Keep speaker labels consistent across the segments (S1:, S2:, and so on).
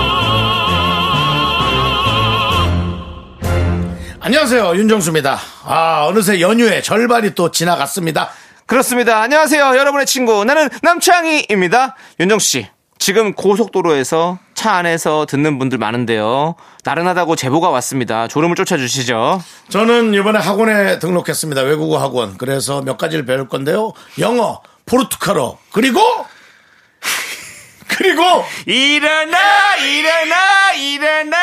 S1: 안녕하세요 윤정수입니다. 아 어느새 연휴의 절반이 또 지나갔습니다.
S2: 그렇습니다. 안녕하세요. 여러분의 친구. 나는 남창희입니다. 윤정수 씨. 지금 고속도로에서 차 안에서 듣는 분들 많은데요. 나른하다고 제보가 왔습니다. 졸음을 쫓아주시죠.
S1: 저는 이번에 학원에 등록했습니다. 외국어 학원. 그래서 몇 가지를 배울 건데요. 영어, 포르투갈어, 그리고 그리고
S2: 일어나, 일어나, 일어나.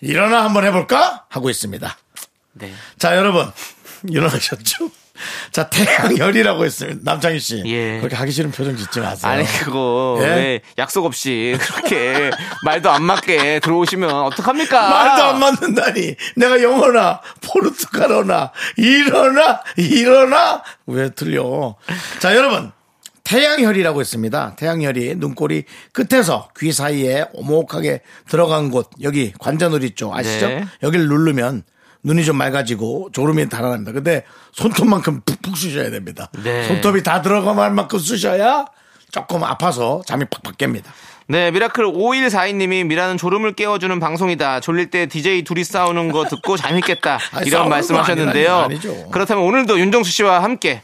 S1: 일어나 한번 해볼까 하고 있습니다.
S2: 네.
S1: 자 여러분 일어나셨죠? 자 태양열이라고 했습니다. 남창희 씨
S2: 예.
S1: 그렇게 하기 싫은 표정 짓지 마세요.
S2: 아니, 그거,
S1: 예?
S2: 왜 약속 없이 그렇게 말도 안 맞게 들어오시면 어떡합니까?
S1: 말도 안 맞는다니 내가 영어나 포르투갈어나 일어나 일어나 왜 틀려 자 여러분 태양혈이라고 있습니다 태양혈이 눈꼬리 끝에서 귀 사이에 오목하게 들어간 곳 여기 관자놀이 쪽 아시죠
S2: 네.
S1: 여기를 누르면 눈이 좀 맑아지고 졸음이 달아납니다 근데 손톱만큼 푹푹 쑤셔야 됩니다
S2: 네.
S1: 손톱이 다 들어갈 만큼 쑤셔야 조금 아파서 잠이 팍팍 깹니다
S2: 네, 미라클 5142님이 미라는 졸음을 깨워주는 방송이다. 졸릴 때 DJ 둘이 싸우는 거 듣고 잠있겠다.
S1: 아니, 싸우는
S2: 이런 말씀
S1: 거
S2: 하셨는데요.
S1: 아니, 아니죠.
S2: 그렇다면 오늘도 윤정수 씨와 함께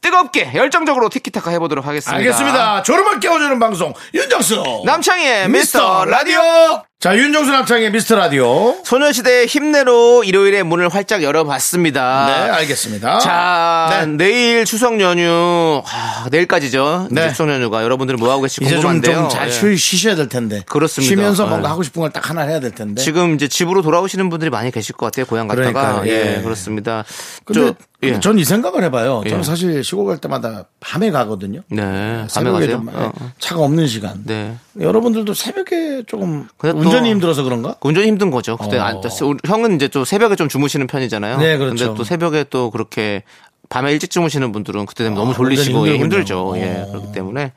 S2: 뜨겁게 열정적으로 티키타카 해보도록 하겠습니다.
S1: 알겠습니다 졸음을 깨워주는 방송 윤정수
S2: 남창희의
S1: 미스터
S2: 미스터
S1: 라디오.
S2: 라디오.
S1: 자, 윤정수 남창의 미스터 라디오.
S2: 소녀시대의 힘내로 일요일에 문을 활짝 열어봤습니다.
S1: 네, 알겠습니다.
S2: 자,
S1: 네.
S2: 내일 추석 연휴, 아, 내일까지죠.
S1: 네.
S2: 이제 추석 연휴가 여러분들은 뭐 하고 계실지
S1: 이제 좀좀
S2: 궁금한데요.
S1: 잘
S2: 예.
S1: 쉬셔야 될 텐데.
S2: 그렇습니다.
S1: 쉬면서 뭔가
S2: 네.
S1: 하고 싶은 걸 딱 하나 해야 될 텐데.
S2: 지금 이제 집으로 돌아오시는 분들이 많이 계실 것 같아요. 고향 갔다가
S1: 네. 그러니까요.
S2: 예.
S1: 예.
S2: 그렇습니다.
S1: 근데
S2: 저, 예.
S1: 전 이 생각을 해봐요. 저는
S2: 예.
S1: 사실 시골 갈 때마다 밤에 가거든요.
S2: 네 밤에
S1: 새벽에
S2: 가세요.
S1: 좀 예.
S2: 어.
S1: 차가 없는 시간.
S2: 네.
S1: 여러분들도 새벽에 조금
S2: 근데 또-
S1: 운전이 힘들어서 그런가?
S2: 그 운전이 힘든 거죠. 그때
S1: 어.
S2: 안- 우리 형은 이제 또 새벽에 좀 주무시는 편이잖아요.
S1: 네, 그렇죠.
S2: 근데 또 새벽에 또 그렇게 밤에 일찍 주무시는 분들은 그때 되면 너무
S1: 아,
S2: 졸리시고
S1: 운전이
S2: 예, 힘들죠.
S1: 힘들군요.
S2: 예,
S1: 어.
S2: 그렇기 때문에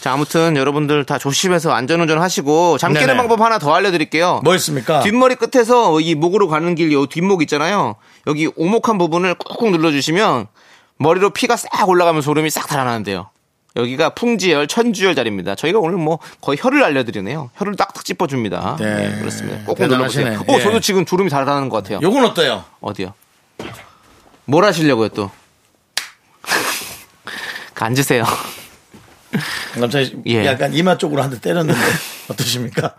S2: 자 아무튼 여러분들 다 조심해서 안전운전 하시고 잠 깨는
S1: 네네.
S2: 방법 하나 더 알려드릴게요.
S1: 뭐 있습니까?
S2: 뒷머리 끝에서 이 목으로 가는 길 요 뒷목 있잖아요. 여기 오목한 부분을 꾹꾹 눌러주시면 머리로 피가 싹 올라가면 소름이 싹 달아나는데요. 여기가 풍지열, 천주열 자리입니다. 저희가 오늘 뭐 거의 혀를 알려드리네요. 혀를 딱딱 짚어줍니다.
S1: 네.
S2: 네, 그렇습니다. 꾹꾹
S1: 대단하시네.
S2: 눌러보세요. 어,
S1: 예.
S2: 저도 지금 졸음이 달아나는 것 같아요.
S1: 요건 어때요?
S2: 어디요? 뭘 하시려고요 또? 앉으세요.
S1: 남창희 씨
S2: 예.
S1: 약간 이마 쪽으로 한 대 때렸는데 어떠십니까?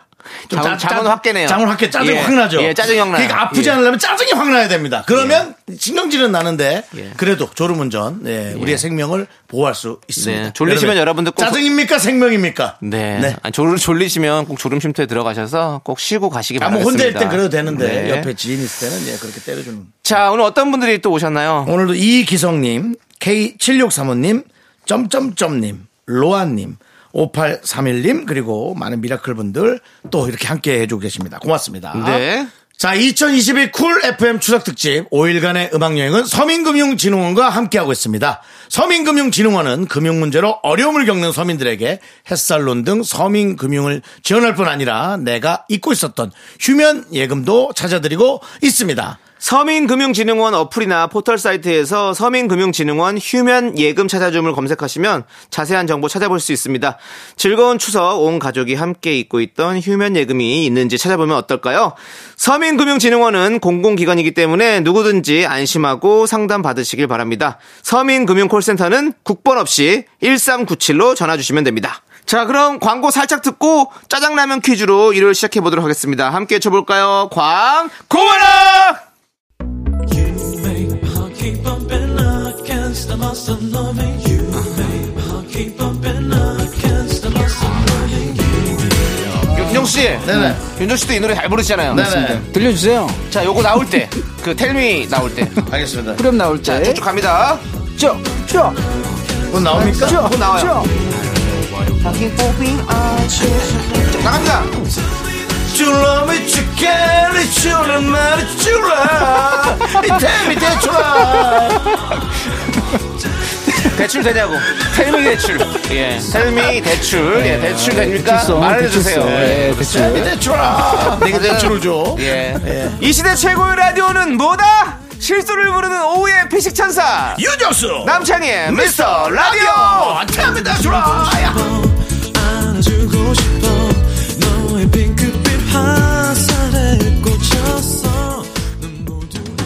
S1: 좀
S2: 자문-
S1: 짜-
S2: 자문
S1: 짜-
S2: 확 깨네요.
S1: 자문 확 깨, 짜증이
S2: 예.
S1: 확 나죠.
S2: 예, 짜증이 확 나요.
S1: 그러니까 아프지
S2: 예.
S1: 않으려면 짜증이 확 나야 됩니다. 그러면 신경질은 나는데
S2: 예.
S1: 그래도 졸음운전 예, 우리의 생명을 보호할 수 있습니다.
S2: 네, 졸리시면 여러분들 꼭-
S1: 짜증입니까 생명입니까?
S2: 네. 아, 졸, 졸리시면 꼭 졸음 쉼터에 들어가셔서 꼭 쉬고 가시기
S1: 아무 뭐 혼자
S2: 바라겠습니다.
S1: 일땐 그래도 되는데
S2: 네.
S1: 옆에 지인 있을 때는 예, 그렇게 때려주는.
S2: 자 오늘 어떤 분들이 또 오셨나요?
S1: 오늘도 이기성님, K7635님, 점점점님, 로아님, 5831님, 그리고 많은 미라클 분들 또 이렇게 함께 해주고 계십니다. 고맙습니다.
S2: 네.
S1: 자, 2022 쿨 FM 추석 특집 5일간의 음악 여행은 서민금융진흥원과 함께하고 있습니다. 서민금융진흥원은 금융 문제로 어려움을 겪는 서민들에게 햇살론 등 서민금융을 지원할 뿐 아니라 내가 잊고 있었던 휴면 예금도 찾아드리고 있습니다.
S2: 서민금융진흥원 어플이나 포털 사이트에서 서민금융진흥원 휴면 예금 찾아줌을 검색하시면 자세한 정보 찾아볼 수 있습니다. 즐거운 추석 온 가족이 함께 잊고 있던 휴면 예금이 있는지 찾아보면 어떨까요? 서민금융진흥원은 공공기관이기 때문에 누구든지 안심하고 상담 받으시길 바랍니다. 서민금융콜센터는 국번 없이 1397로 전화 주시면 됩니다. 자, 그럼 광고 살짝 듣고 짜장라면 퀴즈로 일요일 시작해 보도록 하겠습니다. 함께 외쳐 볼까요? 광 고마라! 윤정 씨,
S1: 네네.
S2: 윤정 씨도 이 노래 잘 부르시잖아요.
S1: 네네.
S3: 들려주세요.
S2: 자, 요거 나올 때, 그 텔미 나올 때,
S1: 알겠습니다.
S3: 그럼 나올 때.
S2: 쭉쭉 갑니다.
S3: 쭉, 쭉,
S1: 곧 나옵니까?
S3: 쭉,
S2: 또 나와요.
S3: 쭉.
S2: 나갑니다.
S1: It's your love, it's your care, it's your love, it's your love. It's time, it's your love.
S2: 대출 되냐고. 텔미 대출. 예. 텔미 대출. 예, 대출 됩니까?
S3: 대출성,
S2: 말해주세요.
S3: 대출성.
S2: 예.
S3: 예,
S1: 그렇죠.
S3: 대출.
S1: It's your love. 내가 대출을 네, 줘.
S2: 예. 이 시대 최고의 라디오는 뭐다? 실수를 부르는 오후의 피식천사.
S1: 유정수.
S2: 남창희의 미스터 라디오!
S1: 어, time, it's your love.
S4: 안아주고 싶어 너의 핑크빛 화살에 꽂혔어 넌 모두에게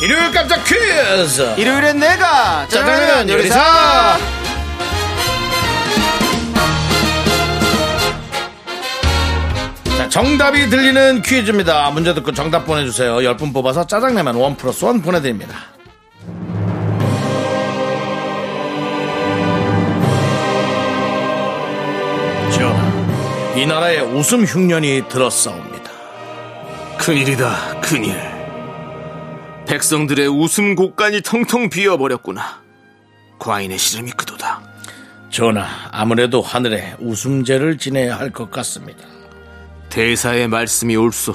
S1: 일요일 깜짝 퀴즈.
S2: 일요일엔 내가 짜장면
S1: 짜장면
S2: 요리사
S1: 요리사. 자, 정답이 들리는 퀴즈입니다. 문제 듣고 정답 보내주세요. 10분 뽑아서 짜장라면 원 플러스 원 보내드립니다. 저, 이 나라에 웃음 흉년이 들었사옵니다.
S2: 큰일이다 큰일 백성들의 웃음 곡간이 텅텅 비어버렸구나 과인의 시름이 그도다
S1: 전하, 아무래도 하늘에 웃음제를 지내야 할 것 같습니다.
S2: 대사의 말씀이 옳소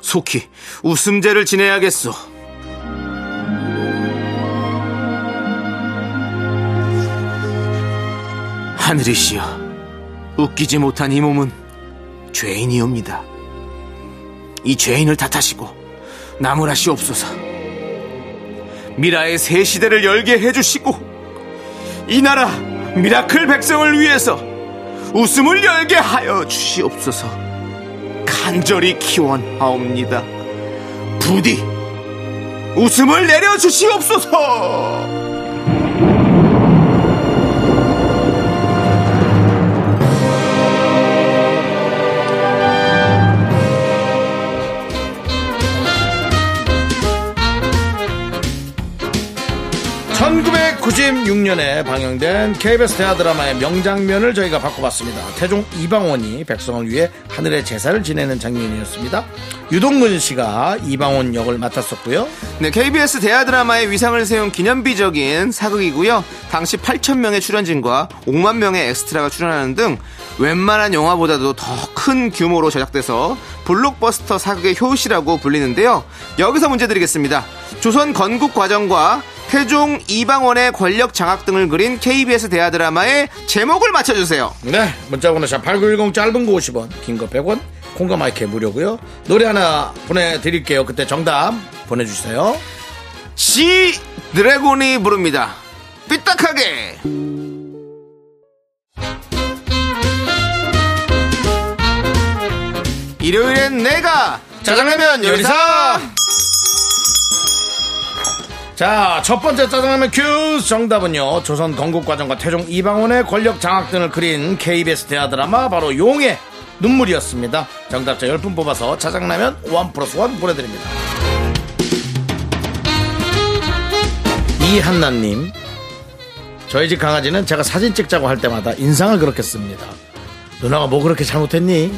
S2: 속히 웃음제를 지내야겠소 하늘이시여 웃기지 못한 이 몸은 죄인이옵니다 이 죄인을 탓하시고 나무라시옵소서 미라의 새 시대를 열게 해주시고 이 나라 미라클 백성을 위해서 웃음을 열게 하여 주시옵소서. 간절히 기원하옵니다. 부디 웃음을 내려 주시옵소서.
S1: 구십육 년에 방영된 KBS 대하 드라마의 명장면을 저희가 바꿔봤습니다. 태종 이방원이 백성을 위해 하늘의 제사를 지내는 장면이었습니다. 유동근 씨가 이방원 역을 맡았었고요.
S2: 네, KBS 대하 드라마의 위상을 세운 기념비적인 사극이고요. 당시 8천 명의 출연진과 5만 명의 엑스트라가 출연하는 등 웬만한 영화보다도 더 큰 규모로 제작돼서 블록버스터 사극의 효시라고 불리는데요. 여기서 문제 드리겠습니다. 조선 건국 과정과 태종 이방원의 권력 장악 등을 그린 KBS 대하 드라마의 제목을 맞춰주세요.
S1: 네, 문자번호 샵8910 짧은 거 50원, 긴 거 100원, 콩과 마이크 무료고요. 노래 하나 보내드릴게요. 그때 정답 보내주세요.
S2: 지 드래곤이 부릅니다. 삐딱하게. 일요일엔 내가 짜장라면 요리사.
S1: 네. 자, 첫 번째 짜장라면 큐즈 정답은요. 조선 건국 과정과 태종 이방원의 권력 장악 등을 그린 KBS 대하 드라마 바로 용의 눈물이었습니다. 정답자 10분 뽑아서 짜장라면 1 플러스 1 보내드립니다. 이한나님, 저희 집 강아지는 제가 사진 찍자고 할 때마다 인상을 그렇게 씁니다. 누나가 뭐 그렇게 잘못했니?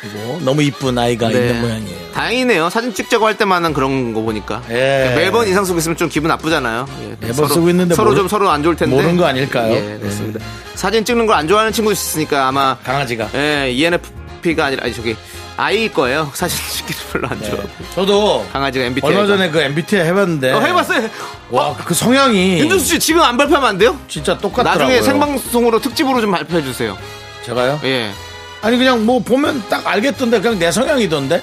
S1: 그리고 너무 이쁜 아이가
S2: 네.
S1: 있는 모양이에요.
S2: 다행이네요. 사진 찍자고 할 때만은 그런 거 보니까.
S1: 예.
S2: 매번 인상 쓰고 있으면 좀 기분 나쁘잖아요. 예,
S1: 매번 쓰고 있는데
S2: 서로
S1: 모르-
S2: 좀 서로 안 좋을 텐데.
S1: 모르는 거 아닐까요?
S2: 예, 그렇습니다. 사진 찍는 걸 안 좋아하는 친구 있으니까 아마
S1: 강아지가.
S2: 예, ENFP가 아니라 아니 저기 아이일 거예요. 사진 찍기를 별로 안 좋아.
S1: 저도
S2: 강아지가 MBTI 가.
S1: 네. 얼마 전에 그 MBTI 해봤는데
S2: 어, 해봤어요. 아.
S1: 와, 그 성향이
S2: 윤정수 씨 지금 안 발표하면 안 돼요?
S1: 진짜 똑같더라고요.
S2: 예. 나중에 생방송으로 특집으로 좀 발표해 주세요.
S1: 제가요?
S2: 예.
S1: 아니 그냥 뭐 보면 딱 알겠던데 그냥 내 성향이던데.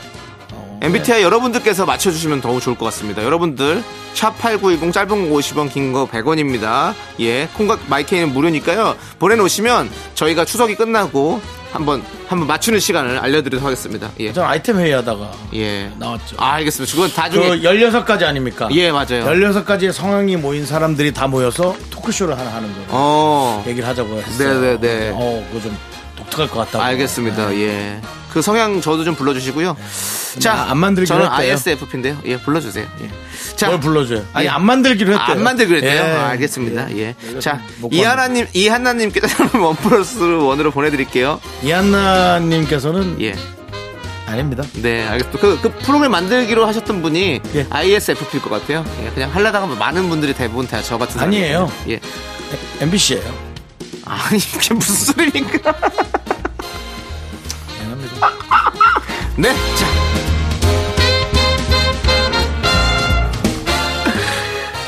S2: MBTI 여러분들께서 맞춰주시면 더 좋을 것 같습니다. 여러분들, 샵8910 짧은 거 50원, 긴 거 100원입니다. 예, 콩과 마이케이는 무료니까요. 보내놓으시면 저희가 추석이 끝나고 한번, 한번 맞추는 시간을 알려드리도록 하겠습니다. 예.
S1: 전 아이템 회의하다가
S2: 예.
S1: 나왔죠.
S2: 아, 알겠습니다. 그건
S1: 그
S2: 나중에.
S1: 16가지 아닙니까?
S2: 예, 맞아요.
S1: 16가지의 성향이 모인 사람들이 다 모여서 토크쇼를 하나 하는 거예요.
S2: 어.
S1: 얘기를 하자고 했어요.
S2: 네, 네, 네.
S1: 어, 그거 좀 독특할 것 같다고.
S2: 아, 알겠습니다. 예. 그 성향 저도 좀 불러주시고요. 자,
S1: 음, 안 만들기로
S2: 저는
S1: 했대요.
S2: ISFP인데요. 예, 불러주세요. 예. 자, 예.
S1: 뭘 불러줘요? 아니, 안 만들기로 했대요.
S2: 안 만들기로 했대요.
S1: 예. 뭐
S2: 아, 알겠습니다. 예. 자,
S1: 못 봤네.
S2: 이하나님, 이한나님께서 원 플러스 원으로 보내드릴게요.
S1: 이한나님께서는
S2: 예.
S1: 아닙니다.
S2: 네, 알겠습니다. 그, 그 프로그램 만들기로 하셨던 분이
S1: 예.
S2: ISFP일 것 같아요. 예, 그냥 하려다가 많은 분들이 대부분 다 저 같은 사람이
S1: 아니에요.
S2: 있거든요. 예.
S1: MBC예요.
S2: 아니, 이게 무슨 소리입니까?
S1: 미안합니다.
S2: 네, 자.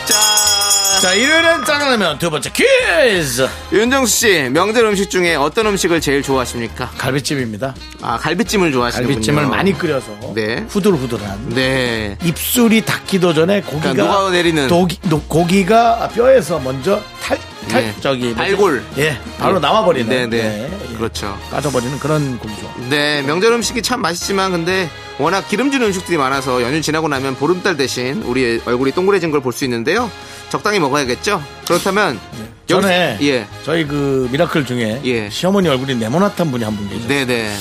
S2: 자,
S1: 자, 일요일엔 짜장라면 두 번째 퀴즈.
S2: 윤정수 씨, 명절 음식 중에 어떤 음식을 제일 좋아하십니까?
S1: 갈비찜입니다.
S2: 아, 갈비찜을 좋아하시는군요.
S1: 갈비찜을 많이 끓여서
S2: 네.
S1: 후들후들한
S2: 네.
S1: 입술이 닿기도 전에 고기가
S2: 그러니까 녹아내리는.
S1: 독이- 노- 고기가 뼈에서 먼저 탈, 탈
S2: 예.
S1: 저기 뭐지?
S2: 발골.
S1: 예 바로 남아버리는
S2: 네, 네.
S1: 예, 예.
S2: 그렇죠.
S1: 빠져버리는 그런 고기죠.
S2: 네, 명절 음식이 참 맛있지만 근데 워낙 기름진 음식들이 많아서 연휴 지나고 나면 보름달 대신 우리 얼굴이 동그래진 걸 볼 수 있는데요. 적당히 먹어야겠죠? 그렇다면
S1: 네. 전에
S2: 여기서- 예.
S1: 저희 그 미라클 중에
S2: 예.
S1: 시어머니 얼굴이 네모났던 분이 한 분 계세요.
S2: 네, 네.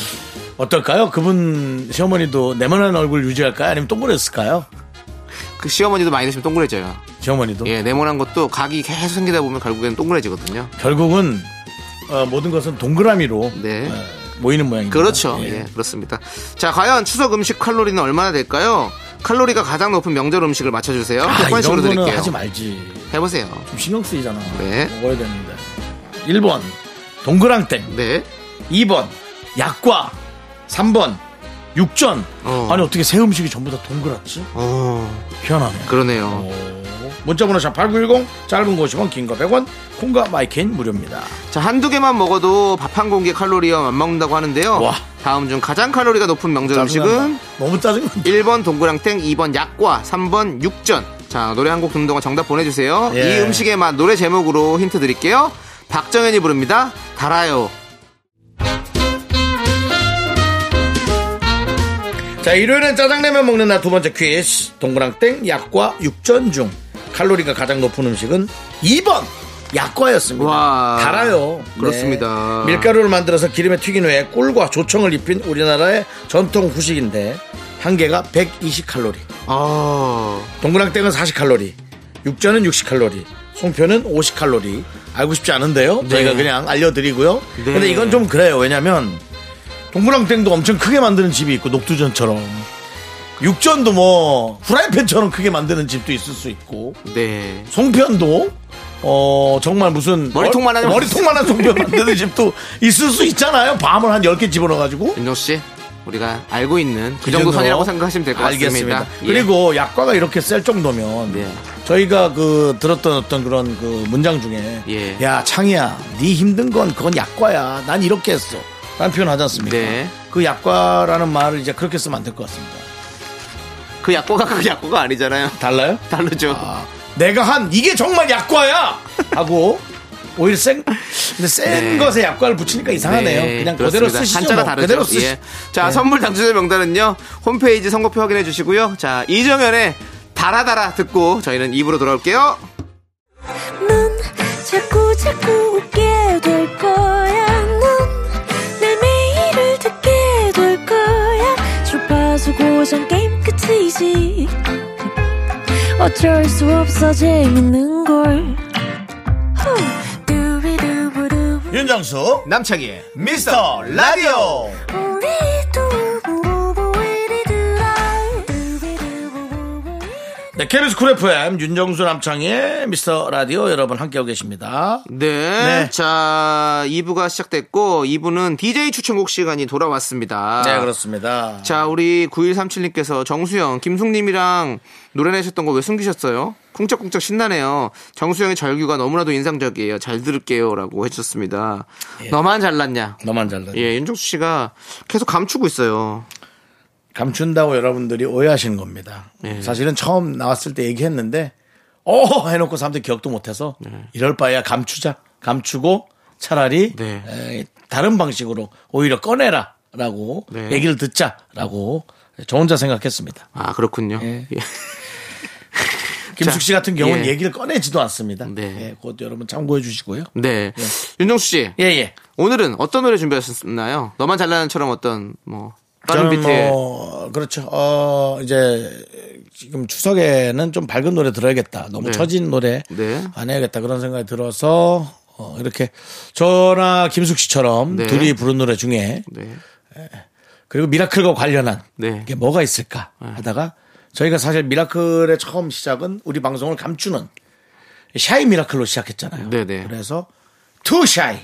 S1: 어떨까요? 그분 시어머니도 네모난 얼굴 유지할까요? 아니면 동그랬을까요?
S2: 그 시어머니도 많이 드시면 동그래져요.
S1: 시어머니도
S2: 예, 네모난 것도 각이 계속 생기다 보면 결국엔 동그래지거든요.
S1: 결국은 어, 모든 것은 동그라미로
S2: 네.
S1: 어, 모이는 모양입니다.
S2: 그렇죠.
S1: 예.
S2: 예. 그렇습니다. 자, 과연 추석 음식 칼로리는 얼마나 될까요? 칼로리가 가장 높은 명절 음식을 맞춰주세요.
S1: 아, 이런
S2: 객관식으로
S1: 거는
S2: 드릴게요.
S1: 하지 말지.
S2: 해보세요.
S1: 좀 신경 쓰이잖아.
S2: 네.
S1: 먹어야 되는데. 1번 동그랑땡,
S2: 네.
S1: 2번 약과, 3번 육전.
S2: 어.
S1: 아니 어떻게 새 음식이 전부 다 동그랗지?
S2: 어,
S1: 희한하네. 어.
S2: 그러네요.
S1: 문자번호 샵 8910 짧은 거 50원 긴 거 100원 콩과 마이크인 무료입니다
S2: 자, 한두 개만 먹어도 밥 한 공기 칼로리와 맞먹는다고 하는데요.
S1: 와.
S2: 다음 중 가장 칼로리가 높은 명절 음식은
S1: 짜증난다. 너무 짜증난다
S2: 1번 동그랑땡, 2번 약과, 3번 육전. 자, 노래 한 곡 듣는 동안 정답 보내주세요.
S1: 예.
S2: 이 음식의 맛 노래 제목으로 힌트 드릴게요. 박정현이 부릅니다. 달아요.
S1: 자 일요일엔 짜장라면 먹는 날 두 번째 퀴즈 동그랑땡 약과 육전 중 칼로리가 가장 높은 음식은 2번 약과였습니다
S2: 와.
S1: 달아요 네.
S2: 그렇습니다.
S1: 밀가루를 만들어서 기름에 튀긴 후에 꿀과 조청을 입힌 우리나라의 전통 후식인데 한 개가 120칼로리
S2: 어,
S1: 동그랑땡은 40칼로리, 육전은 60칼로리, 송편은 50칼로리. 알고 싶지 않은데요. 저희가 그냥 알려드리고요.
S2: 네.
S1: 근데 이건 좀 그래요. 왜냐면 동그랑땡도 엄청 크게 만드는 집이 있고 녹두전처럼 육전도 뭐 후라이팬처럼 크게 만드는 집도 있을 수 있고
S2: 네.
S1: 송편도 어 정말 무슨 어,
S2: 머리통만 하는-
S1: 머리통만한 송편 만드는 집도 있을 수 있잖아요. 밤을 한 10개 집어넣어 가지고
S2: 윤정 씨, 우리가 알고 있는 그 정도 선이라고 생각하시면 될 것 같습니다.
S1: 알겠습니다.
S2: 예.
S1: 그리고 약과가 이렇게 셀 정도면
S2: 네.
S1: 저희가 그 들었던 어떤 그런 그 문장 중에
S2: 예.
S1: 야 창이야 네 힘든 건 그건 약과야 난 이렇게 했어 라는 표현 하지 않습니까?
S2: 네.
S1: 그 약과라는 말을 이제 그렇게 쓰면 안 될 것 같습니다.
S2: 그 약과가 그 약과가 아니잖아요.
S1: 달라요?
S2: 다르죠.
S1: 아, 내가 한 이게 정말 약과야 하고 오히려 센 근데 센
S2: 네.
S1: 것에 약과를 붙이니까 이상하네요. 그냥 그대로
S2: 그렇습니다.
S1: 쓰시죠.
S2: 한자가
S1: 뭐.
S2: 다르죠.
S1: 그대로 쓰시. 네.
S2: 예. 자, 선물 당첨자 명단은요. 홈페이지 선거표 확인해 주시고요. 자, 이정현의 달아달아 듣고 저희는 입으로 돌아올게요.
S3: 넌 자꾸 자꾸 웃게 될 거야. 넌내 매일을 듣게 될 거야. 주파수 고정 게임 끝이지. 어쩔 수 없어 재밌는 걸. 후. 두비두부두.
S1: 윤정수
S2: 남창희의
S1: 미스터 라디오.
S3: 우리 두부부부 우리 두라. 두비두부부부 우리
S1: 네, KBS 쿨 FM 윤정수 남창희의 미스터 라디오 여러분 함께하고 계십니다.
S2: 네.
S1: 네.
S2: 자, 2부가 시작됐고 2부는 DJ 추천곡 시간이 돌아왔습니다.
S1: 네, 그렇습니다.
S2: 자, 우리 9137님께서 정수영, 김숙님이랑 노래 내셨던 거 왜 숨기셨어요? 쿵짝쿵짝 신나네요. 정수영의 절규가 너무나도 인상적이에요. 잘 들을게요. 라고 해주셨습니다.
S1: 예.
S2: 너만 잘났냐?
S1: 너만 잘라.
S2: 예, 윤종수 씨가 계속 감추고 있어요.
S1: 감춘다고 여러분들이 오해하시는 겁니다.
S2: 예.
S1: 사실은 처음 나왔을 때 얘기했는데, 어! 해놓고 사람들이 기억도 못해서, 이럴 바에야 감추자. 감추고 차라리,
S2: 네.
S1: 에, 다른 방식으로 오히려 꺼내라. 라고,
S2: 네.
S1: 얘기를 듣자. 라고, 저 혼자 생각했습니다.
S2: 아, 그렇군요.
S1: 예.
S2: 예.
S1: 김숙 씨
S2: 자,
S1: 같은 경우는
S2: 예.
S1: 얘기를 꺼내지도 않습니다.
S2: 네.
S1: 예, 그것도 여러분 참고해 주시고요.
S2: 네. 윤종수 씨,
S1: 예, 예.
S2: 오늘은 어떤 노래 준비하셨나요? 너만 잘났는처럼 어떤, 뭐, 다른
S1: 저는
S2: 비트에.
S1: 뭐 그렇죠. 어 이제 지금 추석에는 좀 밝은 노래 들어야겠다. 너무
S2: 네.
S1: 처진 노래
S2: 네.
S1: 안 해야겠다 그런 생각이 들어서 어, 이렇게 저나 김숙 씨처럼
S2: 네.
S1: 둘이 부른 노래 중에
S2: 네.
S1: 그리고 미라클과 관련한
S2: 네.
S1: 게 뭐가 있을까 하다가 저희가 사실 미라클의 처음 시작은 우리 방송을 감추는 샤이 미라클로 시작했잖아요.
S2: 네네.
S1: 그래서 투샤이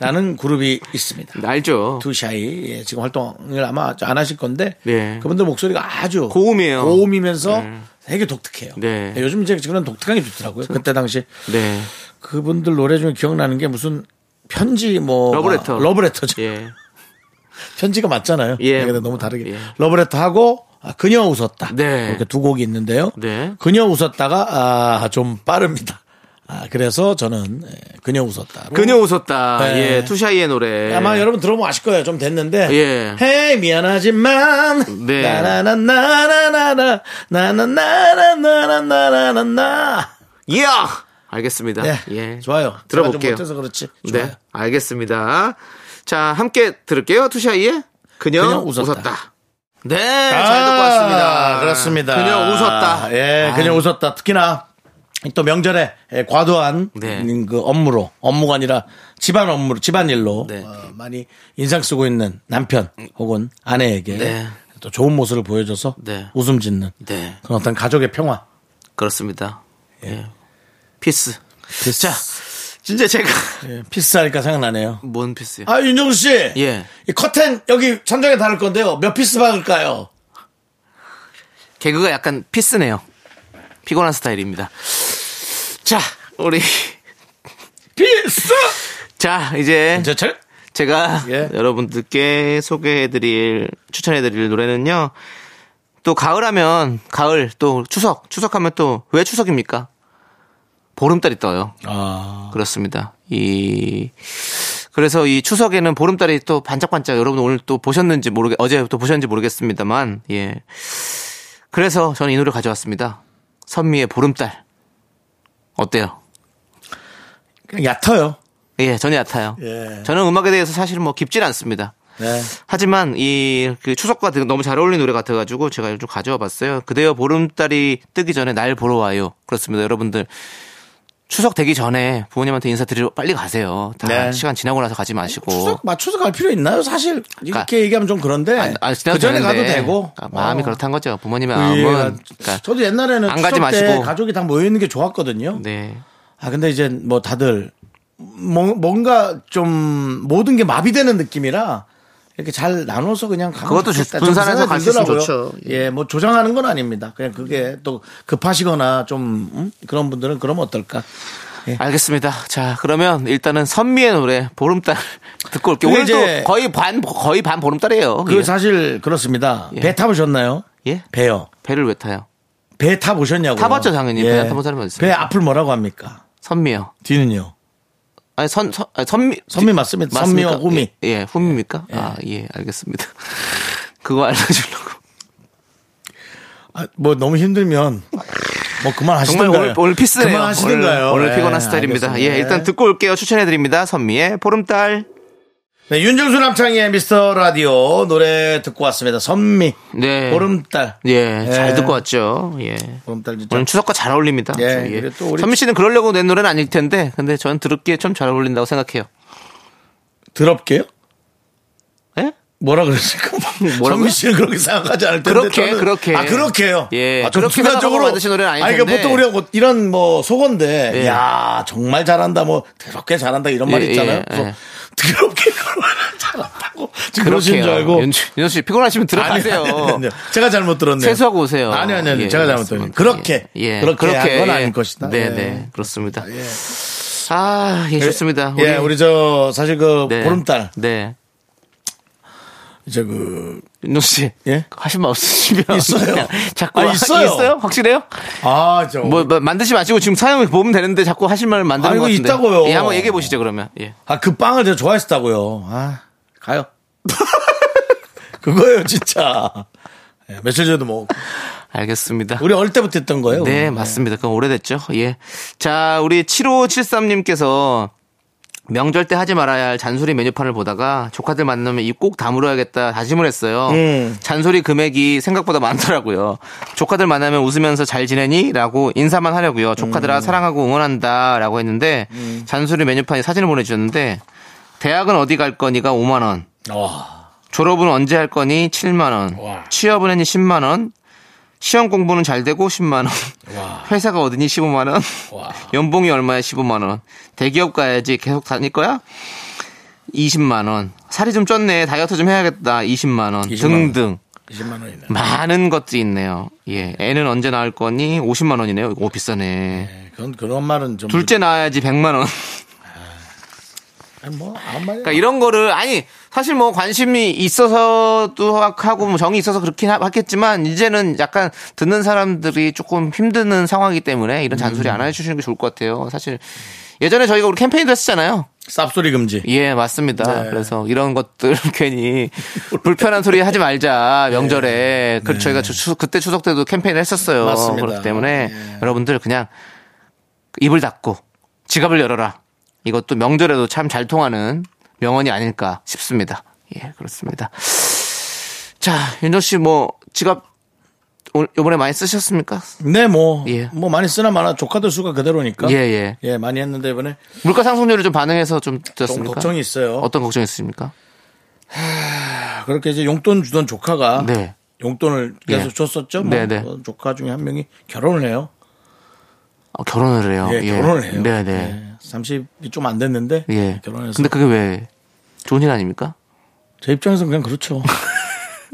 S1: 라는 그룹이 있습니다.
S2: 알죠.
S1: 투샤이 예, 지금 활동을 아마 안 하실 건데
S2: 네.
S1: 그분들 목소리가 아주
S2: 고음이에요.
S1: 고음이면서 되게 독특해요. 예,
S2: 네. 그렇죠.
S1: 요즘 이제 그런 독특한 게 좋더라고요. 그때 당시
S2: 네.
S1: 그분들 노래 중에 기억나는 게 무슨 편지 뭐
S2: 러브레터.
S1: 러브레터죠.
S2: 예.
S1: 편지가 맞잖아요.
S2: 예.
S1: 네, 근데 너무 다르게
S2: 예.
S1: 러브레터하고 아, 그녀 웃었다.
S2: 네.
S1: 이렇게 두 곡이 있는데요.
S2: 네.
S1: 그녀 웃었다가 아, 좀 빠릅니다. 아, 그래서 저는 예, 그녀 웃었다.
S2: 그녀 웃었다.
S1: 네.
S2: 예. 투샤이의 노래.
S1: 아마 여러분 들어보면 아실 거예요. 좀 됐는데.
S2: 예.
S1: 헤이 미안하지만
S2: 네.
S1: 나나나나나나나 나나나나나나나나
S2: 이야! 알겠습니다.
S1: 네.
S2: 예.
S1: 좋아요.
S2: 들어볼게요.
S1: 제가 좀 못해서 그렇지. 좋아요.
S2: 네. 알겠습니다. 자, 함께 들을게요. 투샤이의 그녀,
S1: 그녀
S2: 웃었다.
S1: 웃었다.
S2: 네. 잘 듣고 왔습니다. 아,
S1: 아, 그렇습니다.
S2: 그녀 웃었다.
S1: 예, 그녀 웃었다. 특히나 또 명절에 예, 과도한
S2: 네.
S1: 음, 그 업무로 업무가 아니라 집안 업무로 집안일로
S2: 네.
S1: 어, 많이 인상 쓰고 있는 남편 혹은 아내에게
S2: 네.
S1: 또 좋은 모습을 보여줘서
S2: 네.
S1: 웃음 짓는
S2: 네.
S1: 그런 어떤 가족의 평화.
S2: 그렇습니다. 예. 피스. 자, 진짜 제가.
S1: 예, 피스하니까 생각나네요.
S2: 뭔 피스요?
S1: 아 윤정수 씨,
S2: 예.
S1: 이 커튼 여기 천장에 달을 건데요. 몇 피스 박을까요?
S2: 개그가 약간 피스네요. 피곤한 스타일입니다. 자, 우리.
S1: 피스.
S2: 자, 이제
S1: 제 차례.
S2: 제가
S1: 예.
S2: 여러분들께 소개해드릴 추천해드릴 노래는요. 또 가을하면 가을 또 추석 추석하면 또 왜 추석입니까? 보름달이 떠요.
S1: 아,
S2: 그렇습니다. 이 그래서 이 추석에는 보름달이 또 반짝반짝 여러분 오늘 또 보셨는지 모르게 어제 또 보셨는지 모르겠습니다만 예 그래서 저는 이 노래 가져왔습니다. 선미의 보름달 어때요?
S1: 그냥 얕아요.
S2: 예 전혀 얕아요.
S1: 예.
S2: 저는 음악에 대해서 사실 뭐 깊진 않습니다.
S1: 네.
S2: 하지만 이그 추석과 되게 너무 잘 어울리는 노래 같아가지고 제가 좀 가져와 봤어요. 그대여 보름달이 뜨기 전에 날 보러 와요. 그렇습니다, 여러분들. 추석 되기 전에 부모님한테 인사드리러 빨리 가세요. 다
S1: 네.
S2: 시간 지나고 나서 가지 마시고.
S1: 추석 맞춰서 갈 필요 있나요? 사실 이렇게
S2: 그러니까
S1: 얘기하면 좀 그런데
S2: 안- 안 아, 지나도
S1: 그 전에
S2: 되는데.
S1: 가도 되고
S2: 그러니까 마음이
S1: 어.
S2: 그렇단 거죠. 부모님의
S1: 예,
S2: 마음은.
S1: 그러니까
S2: 그러니까
S1: 저도 옛날에는
S2: 안
S1: 추석
S2: 가지
S1: 때
S2: 마시고.
S1: 가족이 다 모여 있는 게 좋았거든요.
S2: 네.
S1: 아 근데 이제 뭐 다들 뭐- 뭔가 좀 모든 게 마비되는 느낌이라 이렇게 잘 나눠서 그냥 가면
S2: 그것도
S1: 좋겠다.
S2: 좋- 분산해서
S1: 저는
S2: 갈수
S1: 생각이
S2: 있으면
S1: 들더라고요.
S2: 좋죠.
S1: 예, 뭐 조장하는 건 아닙니다. 그냥 그게 또 급하시거나 좀 음? 그런 분들은 그러면 어떨까? 예.
S2: 알겠습니다. 자, 그러면 일단은 선미의 노래, 보름달 듣고 올게요.
S1: 그게
S2: 오늘 또
S1: 이제-
S2: 거의 반, 거의 반 보름달이에요.
S1: 그
S2: 예.
S1: 사실 그렇습니다.
S2: 예.
S1: 배 타보셨나요?
S2: 예?
S1: 배요.
S2: 배를 왜 타요?
S1: 배 타보셨냐고요? 예.
S2: 타봤죠, 당연히. 배 타본 사람이 어디 있어요?
S1: 배 앞을 뭐라고 합니까?
S2: 선미요.
S1: 뒤는요?
S2: 아니 선, 선 아니, 선미
S1: 선미 맞습니다.
S2: 맞습니까?
S1: 선미와 후미.
S2: 예, 예, 후미입니까? 아 예 알겠습니다. 그거 알려주려고
S1: 아, 뭐 너무 힘들면 뭐 그만 하시던가요?
S2: 정말 오늘, 오늘 피스네요.
S1: 그만 하시던가요?
S2: 오늘, 오늘
S1: 네,
S2: 피곤한 스타일입니다.
S1: 알겠습니다.
S2: 예 일단 듣고 올게요. 추천해드립니다. 선미의 보름달.
S1: 네, 윤정수 남창희의 미스터 라디오 노래 듣고 왔습니다. 선미
S2: 네
S1: 보름달
S2: 예, 잘
S1: 예.
S2: 듣고 왔죠. 예.
S1: 보름달 진짜
S2: 오늘 추석과 잘 어울립니다.
S1: 예,
S2: 저,
S1: 그리고 또 우리-
S2: 선미 씨는 그러려고 낸 노래는 아닐 텐데, 근데 저는 들을게 좀 잘 어울린다고 생각해요.
S1: 더럽게요?
S2: 예?
S1: 뭐라 그랬을까?
S2: 뭐라고요?
S1: 선미 씨는 그렇게 생각하지 않을 텐데
S2: 그렇게,
S1: 저는-
S2: 그렇게.
S1: 아 그렇게요.
S2: 예,
S1: 아, 좀
S2: 그렇게
S1: 순간적으로-
S2: 생각하고 만드신 노래는 아닐
S1: 아니, 그러니까
S2: 텐데.
S1: 보통 우리가 뭐 이런 뭐 속어인데
S2: 예.
S1: 야 정말 잘한다 뭐 더럽게 잘한다 이런
S2: 예,
S1: 말이 있잖아요.
S2: 예,
S1: 그래서
S2: 예.
S1: 더럽게 그러면 잘한다고 지금 그러신 줄 알고
S2: 윤수 씨 피곤하시면 들어가세요.
S1: 아니, 아니, 아니, 아니. 제가 잘못 들었네요.
S2: 세수하고 오세요.
S1: 아니요, 아니요.
S2: 예,
S1: 제가 잘못 들었네요.
S2: 그렇습니다.
S1: 그렇게.
S2: 예, 예.
S1: 그렇게, 한 건
S2: 예.
S1: 아닐 것이다.
S2: 네,
S1: 예.
S2: 네. 그렇습니다. 아, 예, 좋습니다.
S1: 예, 우리 저 사실 그
S2: 네.
S1: 보름달
S2: 네.
S1: 이제 그
S2: 윤종 씨.
S1: 예?
S2: 하신 말 없으시면.
S1: 있어요.
S2: 그냥 자꾸.
S1: 아,
S2: 하-
S1: 있어요.
S2: 있어요? 확실해요?
S1: 아, 저
S2: 뭐, 뭐, 만드지 마시고 지금 사연 보면 되는데 자꾸 하실 말을 만드는
S1: 아이고,
S2: 것 같은데.
S1: 있다고요.
S2: 예, 한번 얘기해 보시죠, 그러면. 예.
S1: 아, 그 빵을 제가 좋아했었다고요. 아, 가요. 그거예요, 진짜. 예, 며칠 전에도 뭐
S2: 알겠습니다.
S1: 우리 어릴 때부터 했던 거예요.
S2: 네, 맞습니다. 그건 오래됐죠. 예. 자, 우리 7573님께서 명절 때 하지 말아야 할 잔소리 메뉴판을 보다가 조카들 만나면 입 꼭 다물어야겠다 다짐을 했어요.
S1: 음.
S2: 잔소리 금액이 생각보다 많더라고요. 조카들 만나면 웃으면서 잘 지내니? 라고 인사만 하려고요. 조카들아 사랑하고 응원한다 라고 했는데 잔소리 메뉴판에 사진을 보내주셨는데 대학은 어디 갈 거니가 5만원.
S1: 와,
S2: 졸업은 언제 할 거니? 7만 원. 취업은 했니? 10만 원. 시험 공부는 잘 되고 10만 원. 회사가 어디니? 15만 원. 연봉이 얼마야? 15만 원. 대기업 가야지. 계속 다닐 거야? 20만 원. 살이 좀 쪘네. 다이어트 좀 해야겠다. 20만 원.
S1: 20만 원.
S2: 등등.
S1: 20만 원이네.
S2: 많은 것들이 있네요. 예. 애는 언제 낳을 거니? 50만 원이네요. 이거 비싸네.
S1: 예, 그건 그런 말은 좀
S2: 둘째 낳아야지 100만 원.
S1: 아니, 뭐 아무 말이야.
S2: 그러니까 이런 거를 아니 사실 뭐 관심이 있어서도 하고 뭐 정이 있어서 그렇긴 하- 하겠지만 이제는 약간 듣는 사람들이 조금 힘드는 상황이기 때문에 이런 잔소리 안 해주시는 게 좋을 것 같아요. 사실 예전에 저희가 우리 캠페인도 했었잖아요.
S1: 쌉소리 금지.
S2: 예, 맞습니다.
S1: 네.
S2: 그래서 이런 것들 괜히 불편한 소리 하지 말자 명절에 그 저희가 추- 그때 추석 때도 캠페인을 했었어요.
S1: 네. 맞습니다.
S2: 그렇기 때문에
S1: 예.
S2: 여러분들 그냥 입을 닫고 지갑을 열어라. 이것도 명절에도 참 잘 통하는 명언이 아닐까 싶습니다. 예, 그렇습니다. 자, 윤정 씨 뭐 지갑 올- 요번에 많이 쓰셨습니까?
S1: 네, 뭐,
S2: 예.
S1: 뭐 많이 쓰나 마나 조카들 수가 그대로니까.
S2: 예, 예.
S1: 많이 했는데 이번에
S2: 물가 상승률을 좀 반응해서 좀
S1: 좀
S2: 드셨습니까?
S1: 걱정이 있어요.
S2: 어떤 걱정이 있습니까?
S1: 그렇게 이제 용돈 주던 조카가
S2: 네.
S1: 용돈을 계속
S2: 예.
S1: 줬었죠. 뭐,
S2: 네, 네.
S1: 어, 조카 중에 한 명이 결혼을 해요.
S2: 어, 결혼을 해요.
S1: 예, 결혼을 해요.
S2: 네, 네.
S1: 예, 30이 좀 안 됐는데
S2: 예.
S1: 결혼해서.
S2: 근데 그게 왜 좋은 일 아닙니까?
S1: 제 입장에서는 그냥 그렇죠.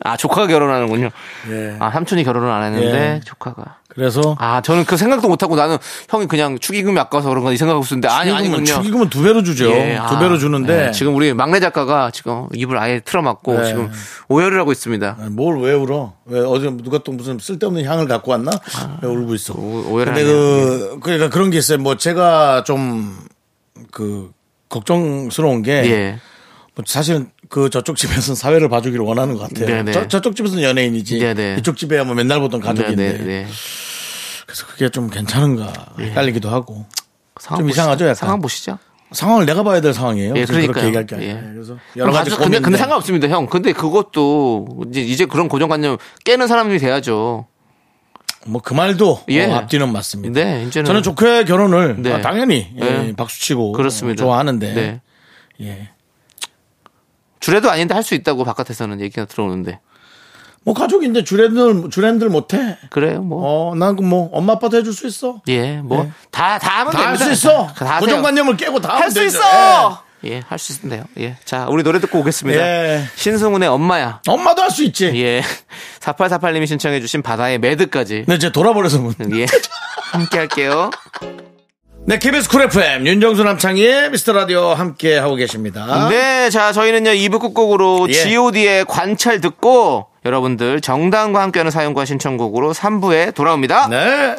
S2: 아 조카가 결혼하는군요.
S1: 예.
S2: 아 삼촌이 결혼을 안 했는데
S1: 예.
S2: 조카가.
S1: 그래서
S2: 아 저는 그 생각도 못 하고 나는 형이 그냥 축의금이 아까워서 그런 건이 생각하고 있었는데 아니
S1: 축의금은,
S2: 아니군요.
S1: 축의금은 두 배로 주죠.
S2: 예,
S1: 두
S2: 아,
S1: 배로 주는데
S2: 예, 지금 우리 막내 작가가 지금 입을 아예 틀어막고
S1: 예.
S2: 지금 오열을 하고 있습니다.
S1: 뭘 왜 울어? 왜 어제 누가 또 무슨 쓸데없는 향을 갖고 왔나? 왜 울고 있어?
S2: 오- 오해를
S1: 근데 그 그러니까 그런 게 있어요. 뭐 제가 좀 그 걱정스러운 게
S2: 예.
S1: 뭐 사실은 그 저쪽 집에서는 사회를 봐주기를 원하는 것 같아요.
S2: 네네.
S1: 저, 저쪽 집에서는 연예인이지.
S2: 네네.
S1: 이쪽 집에야 뭐 맨날 보던
S2: 네,
S1: 가족인데.
S2: 네, 예. 네.
S1: 그래서 그게 좀 괜찮은가 헷갈리기도 하고
S2: 상황
S1: 좀
S2: 보시죠.
S1: 이상하죠, 약간?
S2: 상황 보시죠.
S1: 상황을 내가 봐야 될 상황이에요.
S2: 예,
S1: 지금 그렇게
S2: 그러니까요.
S1: 얘기할 게 아니에요. 네,
S2: 예.
S1: 그래서 여러
S2: 여러
S1: 가지
S2: 가지 근데,
S1: 고민인데.
S2: 근데 상관없습니다, 형. 근데 그것도 이제, 이제 그런 고정관념 깨는 사람이 돼야죠.
S1: 뭐 그 말도
S2: 예.
S1: 어, 앞뒤는 맞습니다.
S2: 네, 이제는
S1: 저는 조카의 결혼을
S2: 네.
S1: 아, 당연히 예,
S2: 예.
S1: 박수치고
S2: 그렇습니다.
S1: 어, 좋아하는데
S2: 네.
S1: 예.
S2: 주례도 아닌데 할 수 있다고 바깥에서는 얘기가 들어오는데
S1: 뭐 가족인데 주랜들 주랜들 못해.
S2: 그래요 뭐
S1: 어, 난 뭐 엄마 아빠도 해줄 수 있어.
S2: 예 뭐
S1: 네.
S2: 다 다 하면
S1: 다 할
S2: 됩니다.
S1: 수 있어.
S2: 다 하세요.
S1: 고정관념을 깨고 다
S2: 할
S1: 하면
S2: 수
S1: 되죠. 예.
S2: 있어 예 할 수 있는데요 예자 우리 노래 듣고 오겠습니다
S1: 예.
S2: 신승훈의 엄마야
S1: 엄마도 할 수 있지.
S2: 예 4848님이 신청해주신 바다의 매드까지
S1: 네, 이제 돌아버려서 문.
S2: 예 함께 할게요
S1: 네, KBS 쿨 FM 윤정수 남창희의 미스터 라디오 함께 하고 계십니다.
S2: 네 자 저희는요 2부 끝곡으로
S1: 아? 예.
S2: G.O.D의 관찰 듣고 여러분들 정다은과 함께하는 사연과 신청곡으로 3부에 돌아옵니다
S1: 네.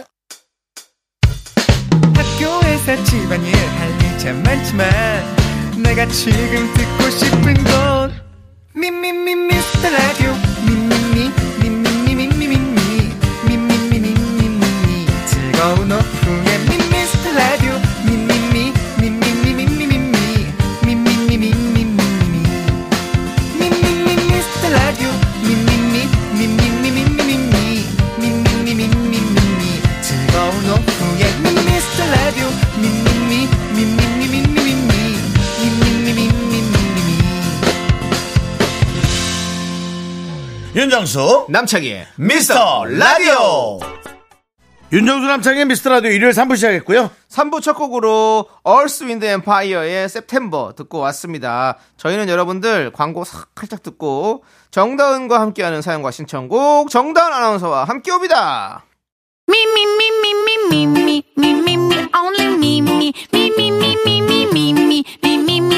S5: 학교에서 집안일 할 일 참 많지만 내가 지금 듣고 싶은 건 미미미 미스터 라디오 미미미 미미미 미미미 미미미 미미미 즐거운 오후에 미미스터 라디오 미미미 미미미 미미미 미미미 미미미 미미미 미스터 라디오 미미미 미미미 미미미 미미미 미미미 즐거운 오후에 미스터 라디오 미미미 미미미 미미미 미미미 미미미
S1: 윤정수
S2: 남창희의
S1: 미스터 라디오. 윤정수 남창희의 미스터 라디오 일요일 3부 시작했고요.
S2: 3부 첫 곡으로 얼스 윈드 엠파이어의 September 듣고 왔습니다. 저희는 여러분들 광고 싹 살짝 듣고 정다은과 함께하는 사연과 신청곡 정다은 아나운서와 함께 옵니다.
S3: Me, me, me, me, me, me, me, me, me, me, only me, me, me, me, me, me, me, me, me, me, me, me,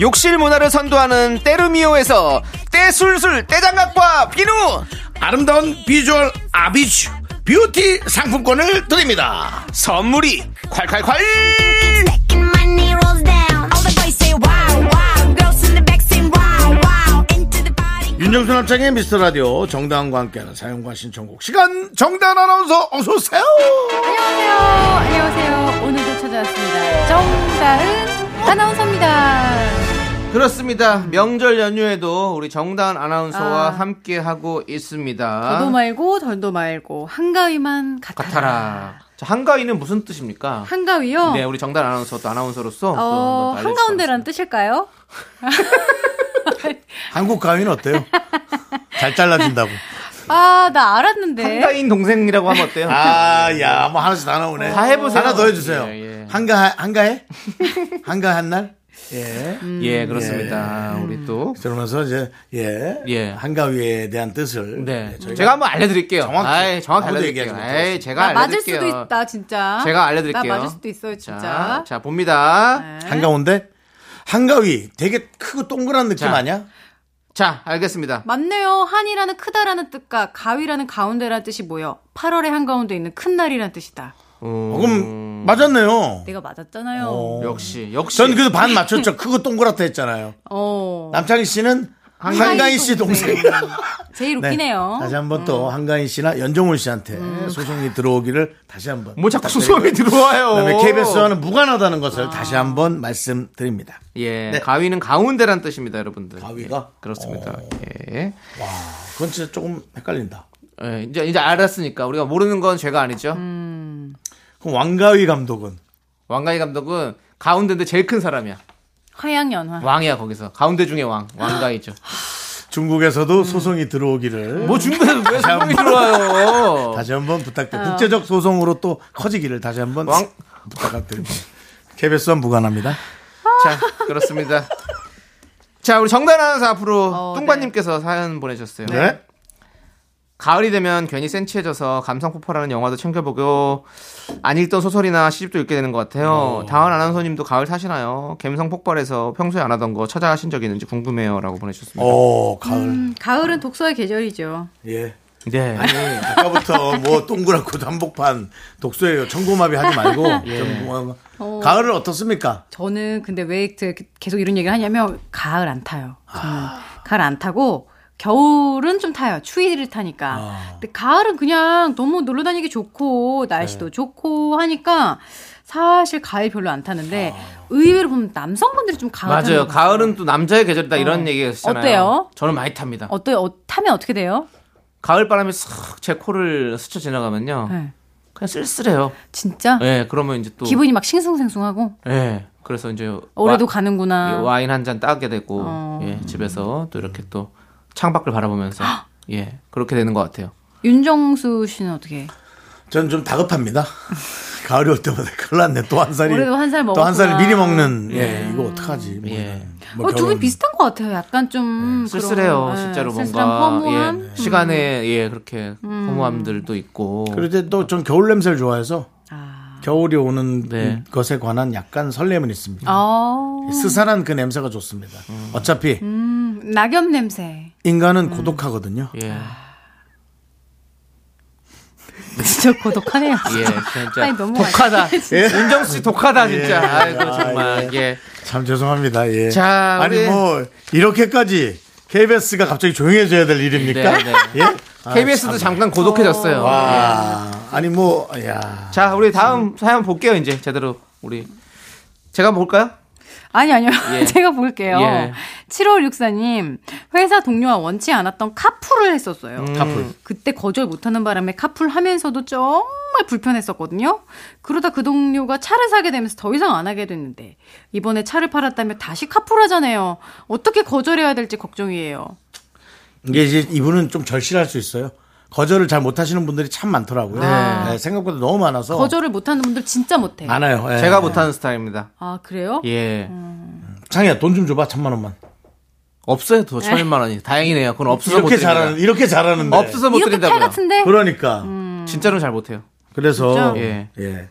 S2: 욕실 문화를 선도하는 때르미오에서 때술술 때장갑과 비누.
S1: 아름다운 비주얼 아비쥬 뷰티 상품권을 드립니다.
S2: 선물이 콸콸콸!
S3: Second money rolls down. All the boys say wow, wow. Girls in the back say wow, wow. Into the party.
S1: 윤정수 남창의 미스터 라디오 정다은과 함께하는 사연과 신청곡 시간 정다은 아나운서 어서 오세요.
S6: 안녕하세요. 안녕하세요. 오늘도 찾아왔습니다. 정다은 아나운서입니다.
S2: 그렇습니다. 명절 연휴에도 우리 정다은 아나운서와
S6: 아.
S2: 함께 하고 있습니다.
S6: 더도 뭐 말고 덜도 말고 한가위만 같아라.
S2: 아. 같아라. 자, 한가위는 무슨 뜻입니까?
S6: 한가위요?
S2: 네, 우리 정다은 아나운서 또 아나운서로서 또
S6: 어,
S2: 한번 또 알려주시기
S6: 한가운데란
S2: 바랍니다.
S6: 뜻일까요?
S1: 한국 가위는 어때요? 잘 잘라준다고.
S6: 아, 나 알았는데.
S2: 한가인 동생이라고 하면 어때요?
S1: 아, 야, 뭐 하나씩 다 나오네.
S2: 다 해보세요.
S1: 하나 더 해주세요.
S2: 예, 예.
S1: 한가 한가해? 한가 한 날? 예.
S6: 음.
S2: 예, 그렇습니다. 우리 또
S1: 그러면서 이제 예,
S2: 예.
S1: 한가위에 대한
S6: 음.
S1: 뜻을
S2: 네.
S1: 예, 저희가
S2: 제가 한번 알려드릴게요.
S1: 정확히.
S2: 아이, 정확히
S1: 아무도
S2: 알려드릴게요.
S1: 얘기하지
S2: 에이, 제가
S6: 나 맞을
S2: 알려드릴게요.
S6: 수도 있다, 진짜.
S2: 제가 알려드릴게요.
S6: 나 맞을 수도 있어요, 진짜.
S2: 아, 자, 자, 봅니다.
S6: 네.
S1: 한가운데 한가위 되게 크고 동그란 느낌
S2: 자.
S1: 아니야?
S2: 자, 알겠습니다.
S6: 맞네요. 한이라는 크다라는 뜻과 가위라는 가운데라는 뜻이 모여 8월의 한가운데 있는 큰 날이란 뜻이다.
S1: 어, 그럼 맞았네요.
S6: 내가 맞았잖아요.
S1: 어.
S2: 역시, 음. 역시.
S1: 전 그래도 반 맞췄죠. 크고 동그랗다 했잖아요.
S6: 어.
S1: 남창희 씨는 한가희 씨 동생. 음,
S6: 제일
S1: 네.
S6: 웃기네요.
S1: 다시 한번 또
S2: 음.
S1: 한가희 씨나 연정훈 씨한테 소송이 들어오기를 다시 한번.
S2: 뭐 자꾸
S1: 부탁드리고요.
S2: 소송이 들어와요.
S1: 그다음에 KBS와는 무관하다는
S2: 아.
S1: 것을 다시 한번 말씀드립니다.
S2: 예,
S1: 네.
S2: 가위는 가운데란 뜻입니다, 여러분들.
S1: 가위가? 어.
S2: 예, 그렇습니다. 예.
S1: 그건 진짜 조금 헷갈린다.
S2: 예, 이제 이제 알았으니까 우리가 모르는 건 죄가 아니죠.
S6: 음.
S1: 그럼 왕가위 감독은
S2: 왕가위 감독은 가운데인데 제일 큰 사람이야.
S6: 화양연화. 아.
S2: 왕이야 거기서 가운데 중에 왕, 왕가위죠.
S1: 중국에서도 소송이 들어오기를
S2: 음. 뭐 중국에서 왜 소송이 들어와요?
S1: 다시 한번 부탁드립니다. 국제적 소송으로 또 커지기를 다시 한번
S2: 왕-
S1: 부탁드립니다. KBS와 무관합니다.
S2: 자, 그렇습니다. 자, 우리 정단 아나운서 앞으로
S6: 어,
S2: 뚱바님께서 사연 보내셨어요.
S1: 네.
S2: 가을이 되면 괜히 센치해져서 감성 폭발하는 영화도 챙겨보고 안 읽던 소설이나 시집도 읽게 되는 것 같아요. 다은 아나운서님도 가을 사시나요? 감성 폭발해서 평소에 안 하던 거 찾아하신 적 있는지 궁금해요라고 보내주셨습니다.
S1: 오 가을.
S6: 음, 가을은 독서의 계절이죠.
S1: 예.
S2: 네.
S1: 아까부터 뭐 동그랗고 단복판 독서예요. 청고마비 하지 말고 좀 뭐-
S6: 예. 어.
S1: 가을은 어떻습니까?
S6: 저는 근데 왜 그- 계속 이런 얘기를 하냐면 가을 안 타요. 저는 가을 안 타고 겨울은 좀 타요. 추위를 타니까.
S2: 아.
S6: 근데 가을은 그냥 너무 놀러 다니기 좋고 날씨도
S2: 네.
S6: 좋고 하니까 사실 가을 별로 안 타는데 의외로 보면 남성분들이 좀 가을 타는
S2: 아. 맞아요.
S6: 것 같아요.
S2: 가을은 또 남자의 계절이다 이런
S6: 뭐 어.
S2: 얘기였잖아요.
S6: 어때요?
S2: 저는 많이 탑니다.
S6: 어때 어, 타면 어떻게 돼요?
S2: 가을 바람이 싹 제 코를 스쳐 지나가면요.
S6: 네.
S2: 그냥 쓸쓸해요.
S6: 진짜
S2: 예, 그러면 이제 또
S6: 기분이 막 싱숭생숭하고
S2: 예. 그래서 이제
S6: 올해도
S2: 와-
S6: 가는구나.
S2: 예, 와인 한 잔 따게 되고
S6: 어.
S2: 예, 집에서 또 이렇게 또 창밖을 바라보면서 예 그렇게 되는 것 같아요.
S6: 윤정수 씨는 어떻게?
S1: 저는 좀 다급합니다. 가을이 올 때마다 큰일 났네. 또 한 살이.
S6: 올해도 한살
S1: 또 한 살을
S6: 먹었구나.
S1: 미리 먹는. 예, 이거 어떡하지. 뭐
S2: 예.
S1: 이런. 뭐
S6: 어, 두 분
S1: 결혼.
S6: 비슷한 것 같아요. 약간 좀
S2: 네, 쓸쓸해요,
S6: 그런, 예,
S2: 진짜로
S6: 쓸쓸한
S2: 뭔가
S6: 허무함. 음.
S2: 예, 시간에 예 그렇게 허무함들도 있고
S1: 그런데 또 전 겨울 냄새를 좋아해서
S6: 아.
S1: 겨울이 오는
S2: 네.
S1: 것에 관한 약간 설렘은 있습니다.
S6: 어,
S1: 스산한 그 냄새가 좋습니다. 어차피
S6: 음, 낙엽 냄새.
S1: 인간은 고독하거든요.
S2: 예, 예
S6: 아. 진짜 고독하네요.
S2: 예, 진짜
S6: 아니, 너무
S2: 독하다.
S1: 예.
S2: 윤정수 씨 독하다 진짜.
S1: 예.
S2: 아이고
S1: 아,
S2: 정말 예.
S1: 참 죄송합니다. 예.
S2: 자,
S1: 아니
S2: 우리-
S1: 뭐 이렇게까지 KBS가 갑자기 조용해져야 될 일입니까?
S2: 네, 네.
S1: 예? 아,
S2: KBS도
S1: 참.
S2: 잠깐 고독해졌어요. 예.
S1: 와, 아니 뭐 야.
S2: 자, 우리 다음 사연 볼게요. 이제 제대로 우리 제가 볼까요?
S6: 아니, 아니요.
S2: 예.
S6: 제가 볼게요.
S2: 예.
S6: 7564님, 회사 동료와 원치 않았던 카풀을 했었어요.
S1: 카풀.
S6: 그때 거절 못하는 바람에 카풀 하면서도 정말 불편했었거든요. 그러다 그 동료가 차를 사게 되면서 더 이상 안 하게 됐는데, 이번에 차를 팔았다며 다시 카풀 하잖아요. 어떻게 거절해야 될지 걱정이에요.
S1: 이게 이제 이분은 좀 절실할 수 있어요. 거절을 잘 못하시는 분들이 참 많더라고요.
S2: 네.
S1: 네, 생각보다 너무 많아서
S6: 거절을 못하는 분들 진짜 못해.
S1: 많아요. 예.
S2: 제가 못하는 스타일입니다.
S6: 아, 그래요?
S2: 예.
S6: 음.
S1: 창이야 돈 좀 줘봐 천만 원만.
S2: 없어요, 더 천일만 원이. 다행이네요. 그건 없어서 못
S1: 이렇게
S2: 드립니다.
S1: 잘하는 이렇게 잘하는데.
S2: 없어서 못
S6: 이것도 칼
S2: 드린다고요.
S6: 같은데?
S1: 그러니까
S2: 진짜로 잘 못해요.
S1: 그래서
S6: 진짜?
S1: 예.
S2: 예.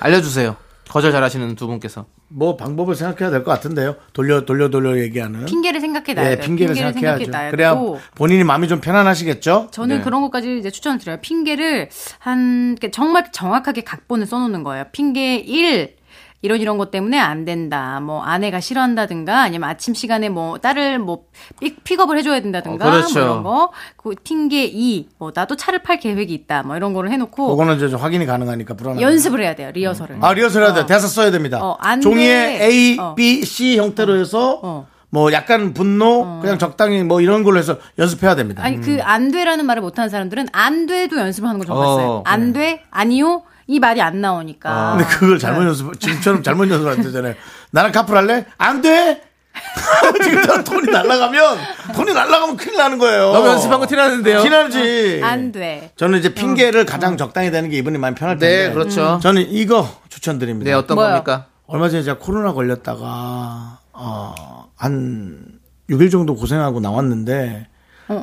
S2: 알려주세요. 거절 잘하시는 두 분께서.
S1: 뭐 방법을 생각해야 될 것 같은데요. 돌려 돌려 돌려 얘기하는.
S6: 핑계를 생각해 놔야
S1: 예,
S6: 돼요.
S1: 핑계를 생각해야죠.
S6: 놔야
S1: 그래야
S6: 되고.
S1: 본인이 마음이 좀 편안하시겠죠?
S6: 저는
S2: 네.
S6: 그런 것까지 이제 추천을 드려요. 핑계를 한, 이렇게 정말 정확하게 각본을 써놓는 거예요. 핑계 1. 이런 이런 것 때문에 안 된다. 뭐 아내가 싫어한다든가 아니면 아침 시간에 뭐 딸을 뭐 픽- 픽업을 해줘야 된다든가
S2: 어, 그렇죠.
S6: 뭐 이런 거. 그 핑계 2. 뭐 나도 차를 팔 계획이 있다. 뭐 이런 거를 해놓고
S1: 그거는 이제 좀 확인이 가능하니까 불안해.
S6: 연습을 해야 돼요. 리허설을.
S1: 아 리허설 해야 돼.
S6: 어.
S1: 대사 써야 됩니다.
S6: 어, 안
S1: 종이에
S6: 돼.
S1: A,
S6: 어.
S1: B, C 형태로 해서
S6: 어.
S1: 뭐 약간 분노, 그냥 적당히 뭐 이런 걸로 해서 연습해야 됩니다.
S6: 아니 그 안 돼라는 말을 못하는 사람들은 안 돼도 연습을 하는 걸
S2: 어,
S6: 봤어요. 안 돼, 아니요 이 말이 안 나오니까.
S1: 아,
S6: 그러니까
S1: 근데 그걸 잘못
S6: 네.
S1: 연습, 지금처럼 잘못 연습 안 되잖아요. 나랑 카풀 할래? 안 돼! 지금처럼 돈이 날라가면, 돈이 날라가면 큰일 나는 거예요.
S2: 너무 연습한 거 티나는데요.
S1: 티나지.
S6: 어. 안 돼. 어.
S1: 저는 이제 핑계를 가장 적당히 되는 게 이분이 많이 편할 텐데. 음.
S2: 네, 그렇죠.
S1: 저는 이거 추천드립니다.
S2: 네, 어떤
S6: 뭐요?
S2: 겁니까?
S1: 얼마 전에 제가 코로나 걸렸다가 어, 한 6일 정도 고생하고 나왔는데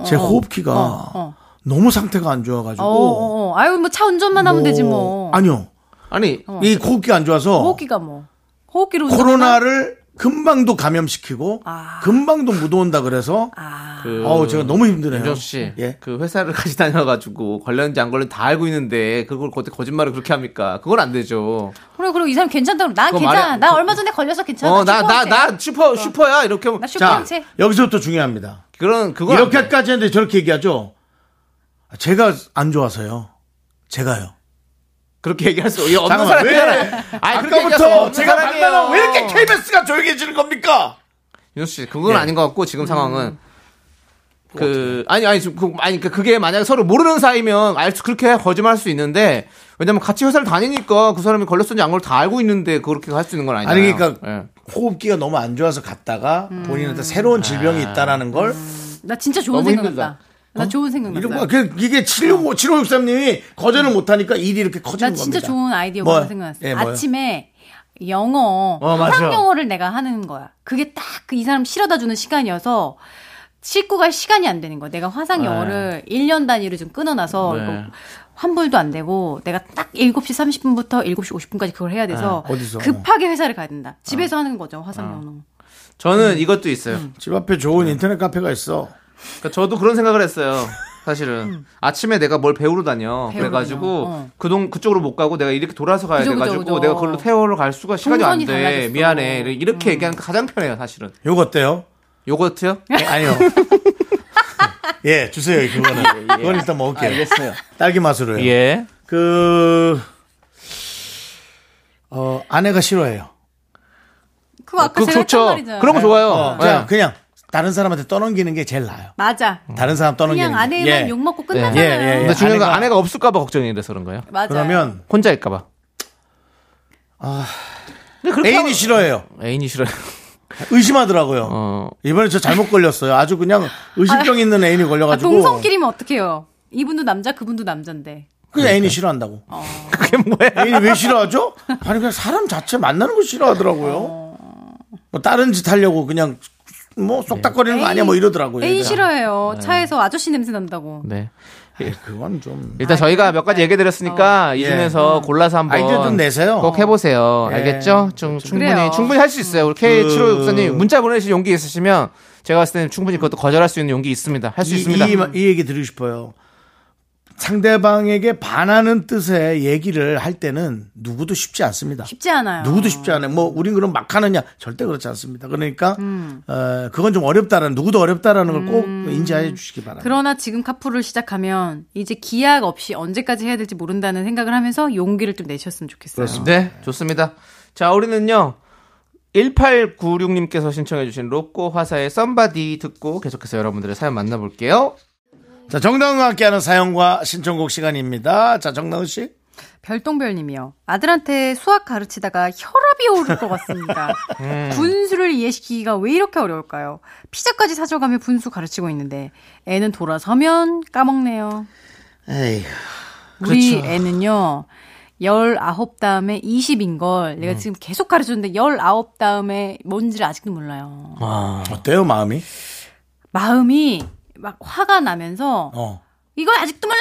S1: 제 호흡기가 너무 상태가 안
S6: 어,
S1: 좋아가지고
S6: 어, 어. 아유 뭐 차 운전만 하면
S1: 뭐,
S6: 되지 뭐. 어.
S1: 아니요
S2: 아니,
S1: 이 호흡기가 안 좋아서
S6: 호흡기가 뭐 호흡기로 운전하나?
S1: 코로나를 금방도 감염시키고
S6: 아.
S1: 금방도 묻어온다 그래서
S2: 그
S1: 어우 제가 너무 힘드네요.
S2: 윤정수 씨,
S1: 예.
S2: 그 회사를 같이 다녀가지고 걸렸는지 안 걸렸는지 다 알고 있는데 그걸 그때 거짓말을 그렇게 합니까? 그건 안 되죠.
S6: 그래 그래 이 사람 괜찮다. 고난
S2: 그거
S6: 괜찮아.
S2: 말해-
S6: 나 얼마 전에 걸려서 괜찮아.
S2: 어, 나, 나,
S6: 슈퍼한테.
S2: 나 슈퍼, 슈퍼야. 이렇게 하면.
S6: 나
S1: 자
S6: 슈퍼한테.
S1: 여기서부터 중요합니다.
S2: 그런, 그거.
S1: 이렇게까지 했는데 저렇게 얘기하죠. 제가 안 좋아서요. 제가요.
S2: 그렇게 얘기할 수 없- 없는
S1: 잠깐만, 왜?
S2: 사람이잖아요. 아니, 그렇게 얘기할 수
S1: 아까부터
S2: 없는
S1: 제가
S2: 사람이에요.
S1: 만나면 왜 이렇게 KBS가 조용해지는 겁니까?
S2: 윤정수 씨, 그건 아닌 것 같고, 지금 상황은. 네. 음. 그, 아니, 아니, 지금 그, 아니, 그, 그게 만약에 서로 모르는 사이면, 알 수, 그렇게 거짓말 할 수 있는데, 왜냐면 같이 회사를 다니니까 그 사람이 걸렸었는지 안 걸렸는지 다 알고 있는데, 그렇게 할 수 있는 건 아니잖아요.
S1: 아니 그러니까
S2: 예. 아.
S1: 호흡기가 너무 안 좋아서 갔다가 본인한테 새로운 질병이 있다라는 걸
S6: 나 진짜 좋은
S2: 너무
S6: 생각
S2: 힘들다. 어?
S6: 났다. 나 좋은 생각
S1: 이런
S6: 났다.
S1: 거 그, 이게 75 7563님이 거절을 못 하니까 일이 이렇게 커지는
S6: 나
S1: 겁니다.
S6: 진짜 좋은 아이디어가
S1: 뭐요?
S6: 하나 생각났어.
S1: 예,
S6: 요
S1: 뭐요?
S6: 아침에 영어,
S1: 어, 맞아.
S6: 사랑 영어를 내가 하는 거야. 그게 딱 그 이 사람 실어다 주는 시간이어서 씻고 갈 시간이 안 되는 거야. 내가
S1: 네.
S6: 화상 영어를 1년 단위로 좀 끊어놔서
S2: 네.
S6: 이거 환불도 안 되고 내가 딱 7시 30분부터 7시 50분까지 그걸 해야 돼서
S1: 네, 어디서? 아.
S6: 급하게 회사를 가야 된다. 집에서 하는 거죠, 화상 영어.
S2: 저는 이것도 있어요.
S1: 집 앞에 좋은 인터넷 카페가 있어.
S2: 그러니까 저도 그런 생각을 했어요. 사실은 아침에 내가 뭘 음. 배우러 다녀
S6: 배우러
S2: 그래가지고
S6: 다녀. 어.
S2: 그동 그쪽으로 못 가고 내가 이렇게 돌아서 가야
S6: 그죠, 그죠,
S2: 돼가지고
S6: 그죠.
S2: 내가 그걸로 태워러 갈 수가 시간이
S6: 동선이
S2: 안돼
S6: 달라졌어.
S2: 미안해 이렇게 얘기하는 게 가장 편해요 사실은
S1: 요거 어때요? 네,
S2: 요거트요
S1: 아니요. 예, 주세요. 그거는. 그건 일단 먹을게요. 알겠어요. 딸기 맛으로요.
S2: 예
S1: 그 어, 아내가 싫어해요.
S6: 그거 아까
S2: 그거
S6: 제가 했던
S2: 좋죠
S6: 말이잖아.
S2: 그런 거 좋아요
S1: 어,
S2: 예.
S1: 그냥, 그냥 다른 사람한테 떠넘기는 게 제일 나아요.
S6: 맞아.
S1: 다른 사람 떠넘기는
S6: 그냥
S1: 게.
S6: 아내만
S1: 예.
S6: 욕 먹고
S1: 예,
S6: 끝나잖아요.
S1: 예, 예.
S2: 근데 중요한 건
S1: 아내가-
S2: 아내가 없을까봐 걱정이 돼서 그런가요
S6: 맞아요.
S1: 그러면
S2: 혼자일까봐 근데 그렇게
S1: 애인이 싫어해요.
S2: 하면- 애인이 싫어요
S1: 의심하더라고요. 예.
S2: 어.
S1: 이번에 저 잘못 걸렸어요. 아주 그냥 의심병 있는 애인이
S6: 아,
S1: 걸려가지고.
S6: 동성끼리면 어떡해요? 이분도 남자, 그분도 남잔데.
S1: 그 애인이 싫어한다고.
S2: 그게 뭐야
S1: 애인이 왜 싫어하죠? 아니 그냥 사람 자체 만나는 거 싫어하더라고요. 뭐 다른 짓 하려고 그냥 뭐 쏙닥거리는 거 아니야 네. 뭐 이러더라고요.
S6: 애인
S1: 그냥.
S6: 싫어해요. 차에서 아저씨 냄새 난다고.
S2: 네
S1: 예, 그건 좀
S6: 아,
S2: 일단 저희가 몇 가지 얘기 드렸으니까
S6: 어.
S2: 이
S1: 예.
S2: 중에서 골라서 한번
S1: 아이디어 좀 내세요.
S2: 꼭 해보세요.
S1: 예. 그
S2: 알겠죠? 좀 충분히
S6: 그래요.
S2: 충분히 할 수 있어요. 우리 K 7 5 6 4님 문자 보내실 용기 있으시면 제가 봤을 때는 충분히 그것도 거절할 수 있는 용기 있습니다. 할 수
S1: 이,
S2: 있습니다.
S1: 이, 이 얘기 드리고 싶어요. 상대방에게 반하는 뜻의 얘기를 할 때는 누구도 쉽지 않습니다.
S6: 쉽지 않아요.
S1: 누구도 쉽지 않아요. 뭐 우린 그럼 막 하느냐 절대 그렇지 않습니다. 그러니까 어, 그건 좀 어렵다라는 누구도 어렵다라는 걸 꼭 인지해 주시기 바랍니다.
S6: 그러나 지금 카풀을 시작하면 이제 기약 없이 언제까지 해야 될지 모른다는 생각을 하면서 용기를 좀 내셨으면 좋겠어요.
S2: 네, 좋습니다. 자, 우리는요. 1896님께서 신청해주신 로꼬 화사의 썸바디 듣고 계속해서 여러분들의 사연 만나볼게요.
S1: 자 정다은과 함께하는 사연과 신청곡 시간입니다. 자 정다은 씨
S6: 별똥별님이요. 아들한테 수학 가르치다가 혈압이 오를 것 같습니다.
S1: 음.
S6: 분수를 이해시키기가 왜 이렇게 어려울까요? 피자까지 사줘가며 분수 가르치고 있는데 애는 돌아서면 까먹네요.
S1: 에이,
S6: 우리
S1: 그렇죠.
S6: 애는요. 19 다음에 20인 걸
S1: 음.
S6: 내가 지금 계속 가르쳤는데 19 다음에 뭔지를 아직도 몰라요.
S1: 어때요 마음이?
S6: 마음이 막 화가 나면서
S1: 어.
S6: 이걸 아직도 몰라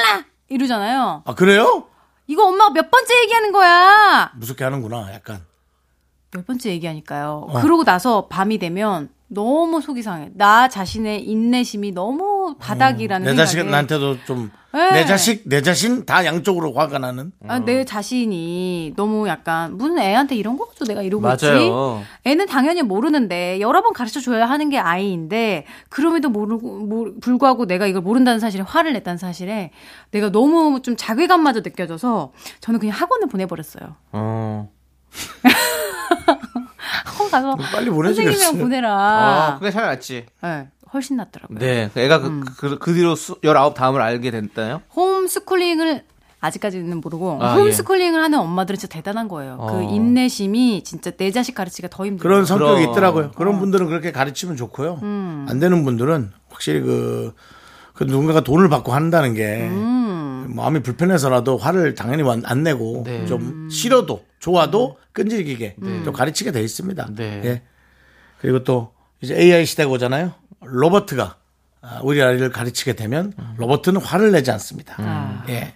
S6: 이러잖아요.
S1: 아 그래요?
S6: 이거 엄마가 몇 번째 얘기하는 거야.
S1: 무섭게 하는구나 약간.
S6: 몇 번째 얘기하니까요.
S1: 어.
S6: 그러고 나서 밤이 되면 너무 속이 상해. 나 자신의 인내심이 너무 바닥이라는
S1: 음. 내
S6: 생각에
S1: 자식한테도 좀
S6: 네.
S1: 내 자식, 어. 내 자신 다 양쪽으로 화가 나는.
S6: 아, 내 자신이 너무 약간 무슨 애한테 이런 거 가지고 내가 이러고
S2: 맞아요.
S6: 있지? 애는 당연히 모르는데 여러 번 가르쳐 줘야 하는 게 아이인데 그럼에도 모르고 모- 불구하고 내가 이걸 모른다는 사실에 화를 냈다는 사실에 내가 너무 좀 자괴감마저 느껴져서 저는 그냥 학원을 보내버렸어요.
S2: 어.
S6: 학원 가서
S1: 어, 빨리
S6: 선생님이랑
S1: 보내주겠어요.
S6: 보내라.
S2: 아, 그게 차라리 낫지.
S6: 네, 훨씬 낫더라고요.
S2: 네. 그 애가 그, 그, 그 뒤로 수, 19 다음을 알게 됐나요?
S6: 홈스쿨링을 아직까지는 예. 모르고
S2: 아,
S6: 홈스쿨링을 하는 엄마들은 진짜 대단한 거예요. 그
S2: 어.
S6: 인내심이 진짜 내 자식 가르치기가 더 힘들어요. 어.
S1: 그런 성격이
S2: 그럼.
S1: 있더라고요. 그런 분들은 그렇게 가르치면 좋고요.
S6: 음.
S1: 안 되는 분들은 확실히 그, 그 누군가가 돈을 받고 한다는 게 마음이 불편해서라도 화를 당연히 완- 안 내고
S2: 네. 음.
S1: 좀 싫어도 좋아도
S6: 음.
S1: 끈질기게 좀 가르치게 돼 있습니다.
S2: 네.
S1: 예. 그리고 또 이제 AI 시대가 오잖아요. 로버트가 아, 우리 아이를 가르치게 되면
S2: 음.
S1: 로버트는 화를 내지 않습니다.
S6: 음. 아.
S1: 예.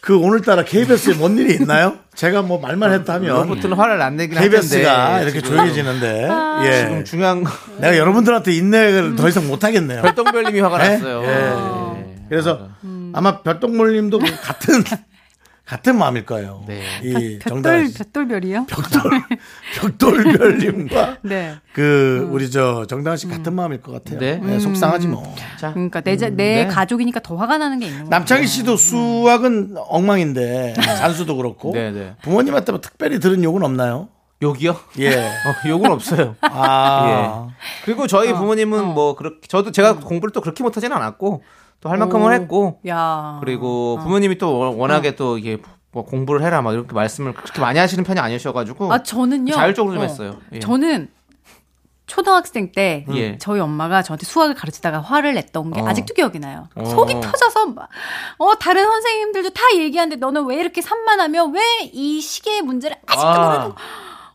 S1: 그 오늘따라 KBS에 뭔 일이 있나요? 제가 뭐 말만 했다 하면
S2: 아, 로봇은 화를 안 내긴
S1: KBS가
S2: 할 텐데
S1: 이렇게
S2: 지금
S1: 네. 조용해지는데
S6: 아.
S1: 예.
S2: 지금 중요한 건
S1: 내가 여러분들한테 인내를 더 이상 못 하겠네요.
S2: 별똥별님이 화가
S1: 네?
S2: 났어요. 아.
S1: 예. 그래서
S6: 음.
S1: 아마 별똥물님도 그 같은 같은 마음일 거예요.
S2: 네.
S1: 이 정답
S6: 별, 별별이요?
S1: 벽돌 벽돌별님과
S6: 네.
S1: 그 우리 저 정당 씨 같은 마음일 것 같아요.
S2: 네.
S1: 예, 속상하지 뭐.
S6: 그러니까 내, 자- 내 가족이니까 더 화가 나는 게 있는 거예요.
S1: 남창희 씨도
S6: 네.
S1: 수학은 엉망인데 산수도 그렇고
S2: 네, 네.
S1: 부모님한테 뭐 특별히 들은 욕은 없나요?
S2: 욕이요?
S1: 예.
S2: 어, 욕은 없어요. 예.
S1: 아.
S2: 그리고 저희 부모님은 뭐 그렇게 저도 제가 공부를 또 그렇게 못하지는 않았고 또 할 만큼은 했고
S6: 야.
S2: 그리고
S6: 어.
S2: 부모님이 또 워- 워낙에 또 이게 뭐 공부를 해라 막 이렇게 말씀을 그렇게 많이 하시는 편이 아니셔가지고
S6: 아 저는요.
S2: 어. 자율적으로 좀 했어요. 예.
S6: 저는 초등학생 때
S2: 예.
S6: 저희 엄마가 저한테 수학을 가르치다가 화를 냈던 게
S2: 어.
S6: 아직도 기억이 나요.
S2: 어.
S6: 속이 터져서 막, 어 다른 선생님들도 다 얘기하는데 너는 왜 이렇게 산만하며 왜 이 시계의 문제를 아직도
S2: 아.
S6: 모르는 거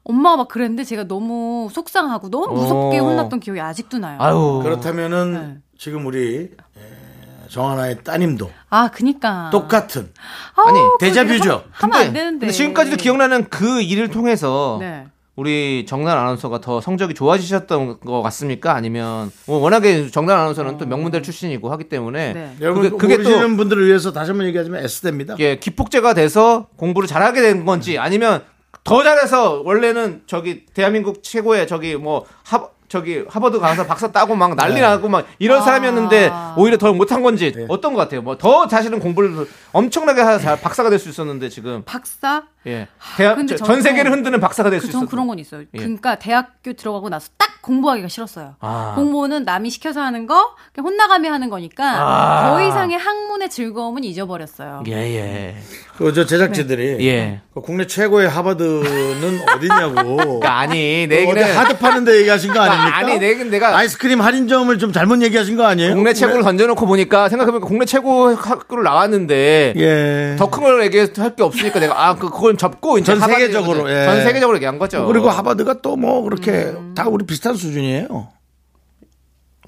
S6: 엄마가 막 그랬는데 제가 너무 속상하고 너무 무섭게
S2: 어.
S6: 혼났던 기억이 아직도 나요.
S2: 아유
S1: 그렇다면은
S6: 네.
S1: 지금 우리 에, 정하나의 따님도
S6: 아, 그니까.
S1: 똑같은
S6: 아우,
S2: 아니,
S6: 어, 그거
S1: 데자뷰죠.
S6: 하- 하면 안 되는데.
S2: 근데 지금까지도 기억나는 그 일을 통해서
S6: 네.
S2: 우리 정단 아나운서가 더 성적이 좋아지셨던 것 같습니까? 아니면 뭐 워낙에 정단 아나운서는 또 명문대 출신이고 하기 때문에
S6: 어. 네.
S1: 여러분
S2: 그게- 그게 또-
S1: 모르시는 분들을 위해서 다시 한번 얘기하지만 S대입니다.
S2: 이게 예, 기폭제가 돼서 공부를 잘하게 된 건지 아니면 더 잘해서 원래는 저기 대한민국 최고의 저기 뭐 하, 저기 하버드 가서 박사 따고 막
S1: 네.
S2: 난리 나고 막 이런
S6: 아.
S2: 사람이었는데 오히려 더 못한 건지 어떤 것 같아요? 뭐 더 자신은 공부를 엄청나게 해서 박사가 될 수 있었는데 지금
S6: 박사?
S2: 예. 대한,
S6: 근데
S2: 저- 전
S6: 저는
S2: 세계를 흔드는 박사가 될 수
S6: 그,
S2: 네, 있었어요.
S6: 전 그런 건 있어요.
S2: 예.
S6: 그러니까 대학교 들어가고 나서 딱 공부하기가 싫었어요.
S2: 아.
S6: 공부는 남이 시켜서 하는 거, 그냥 혼나가며 하는
S2: 아.
S6: 거니까 더 이상의 학문의 즐거움은 잊어버렸어요.
S2: 예,
S1: 네.
S2: 예.
S1: 그저 제작진들이
S2: 예.
S1: 그 국내 최고의 하버드는 어디냐고
S2: 그러니까 아니,
S1: 그
S2: 내
S1: 어디
S2: 얘기는.
S1: 하드 파는데 얘기하신 거 아닙니까?
S2: 아니, 내 얘기는 내가.
S1: 아이스크림 할인점을 좀 잘못 얘기하신 거 아니에요?
S2: 국내 최고를 던져놓고 보니까 생각해보니까 국내 최고 학교를 나왔는데
S1: 예.
S2: 더 큰 걸 얘기할 게 없으니까 내가 아 그, 그건 접고 이제
S1: 전
S2: 하바드
S1: 세계적으로,
S2: 얘기거든.
S1: 예.
S2: 전 세계적으로 얘기한 거죠.
S1: 그리고 하버드가 또 뭐 그렇게
S2: 음.
S1: 다 우리 비슷한 수준이에요.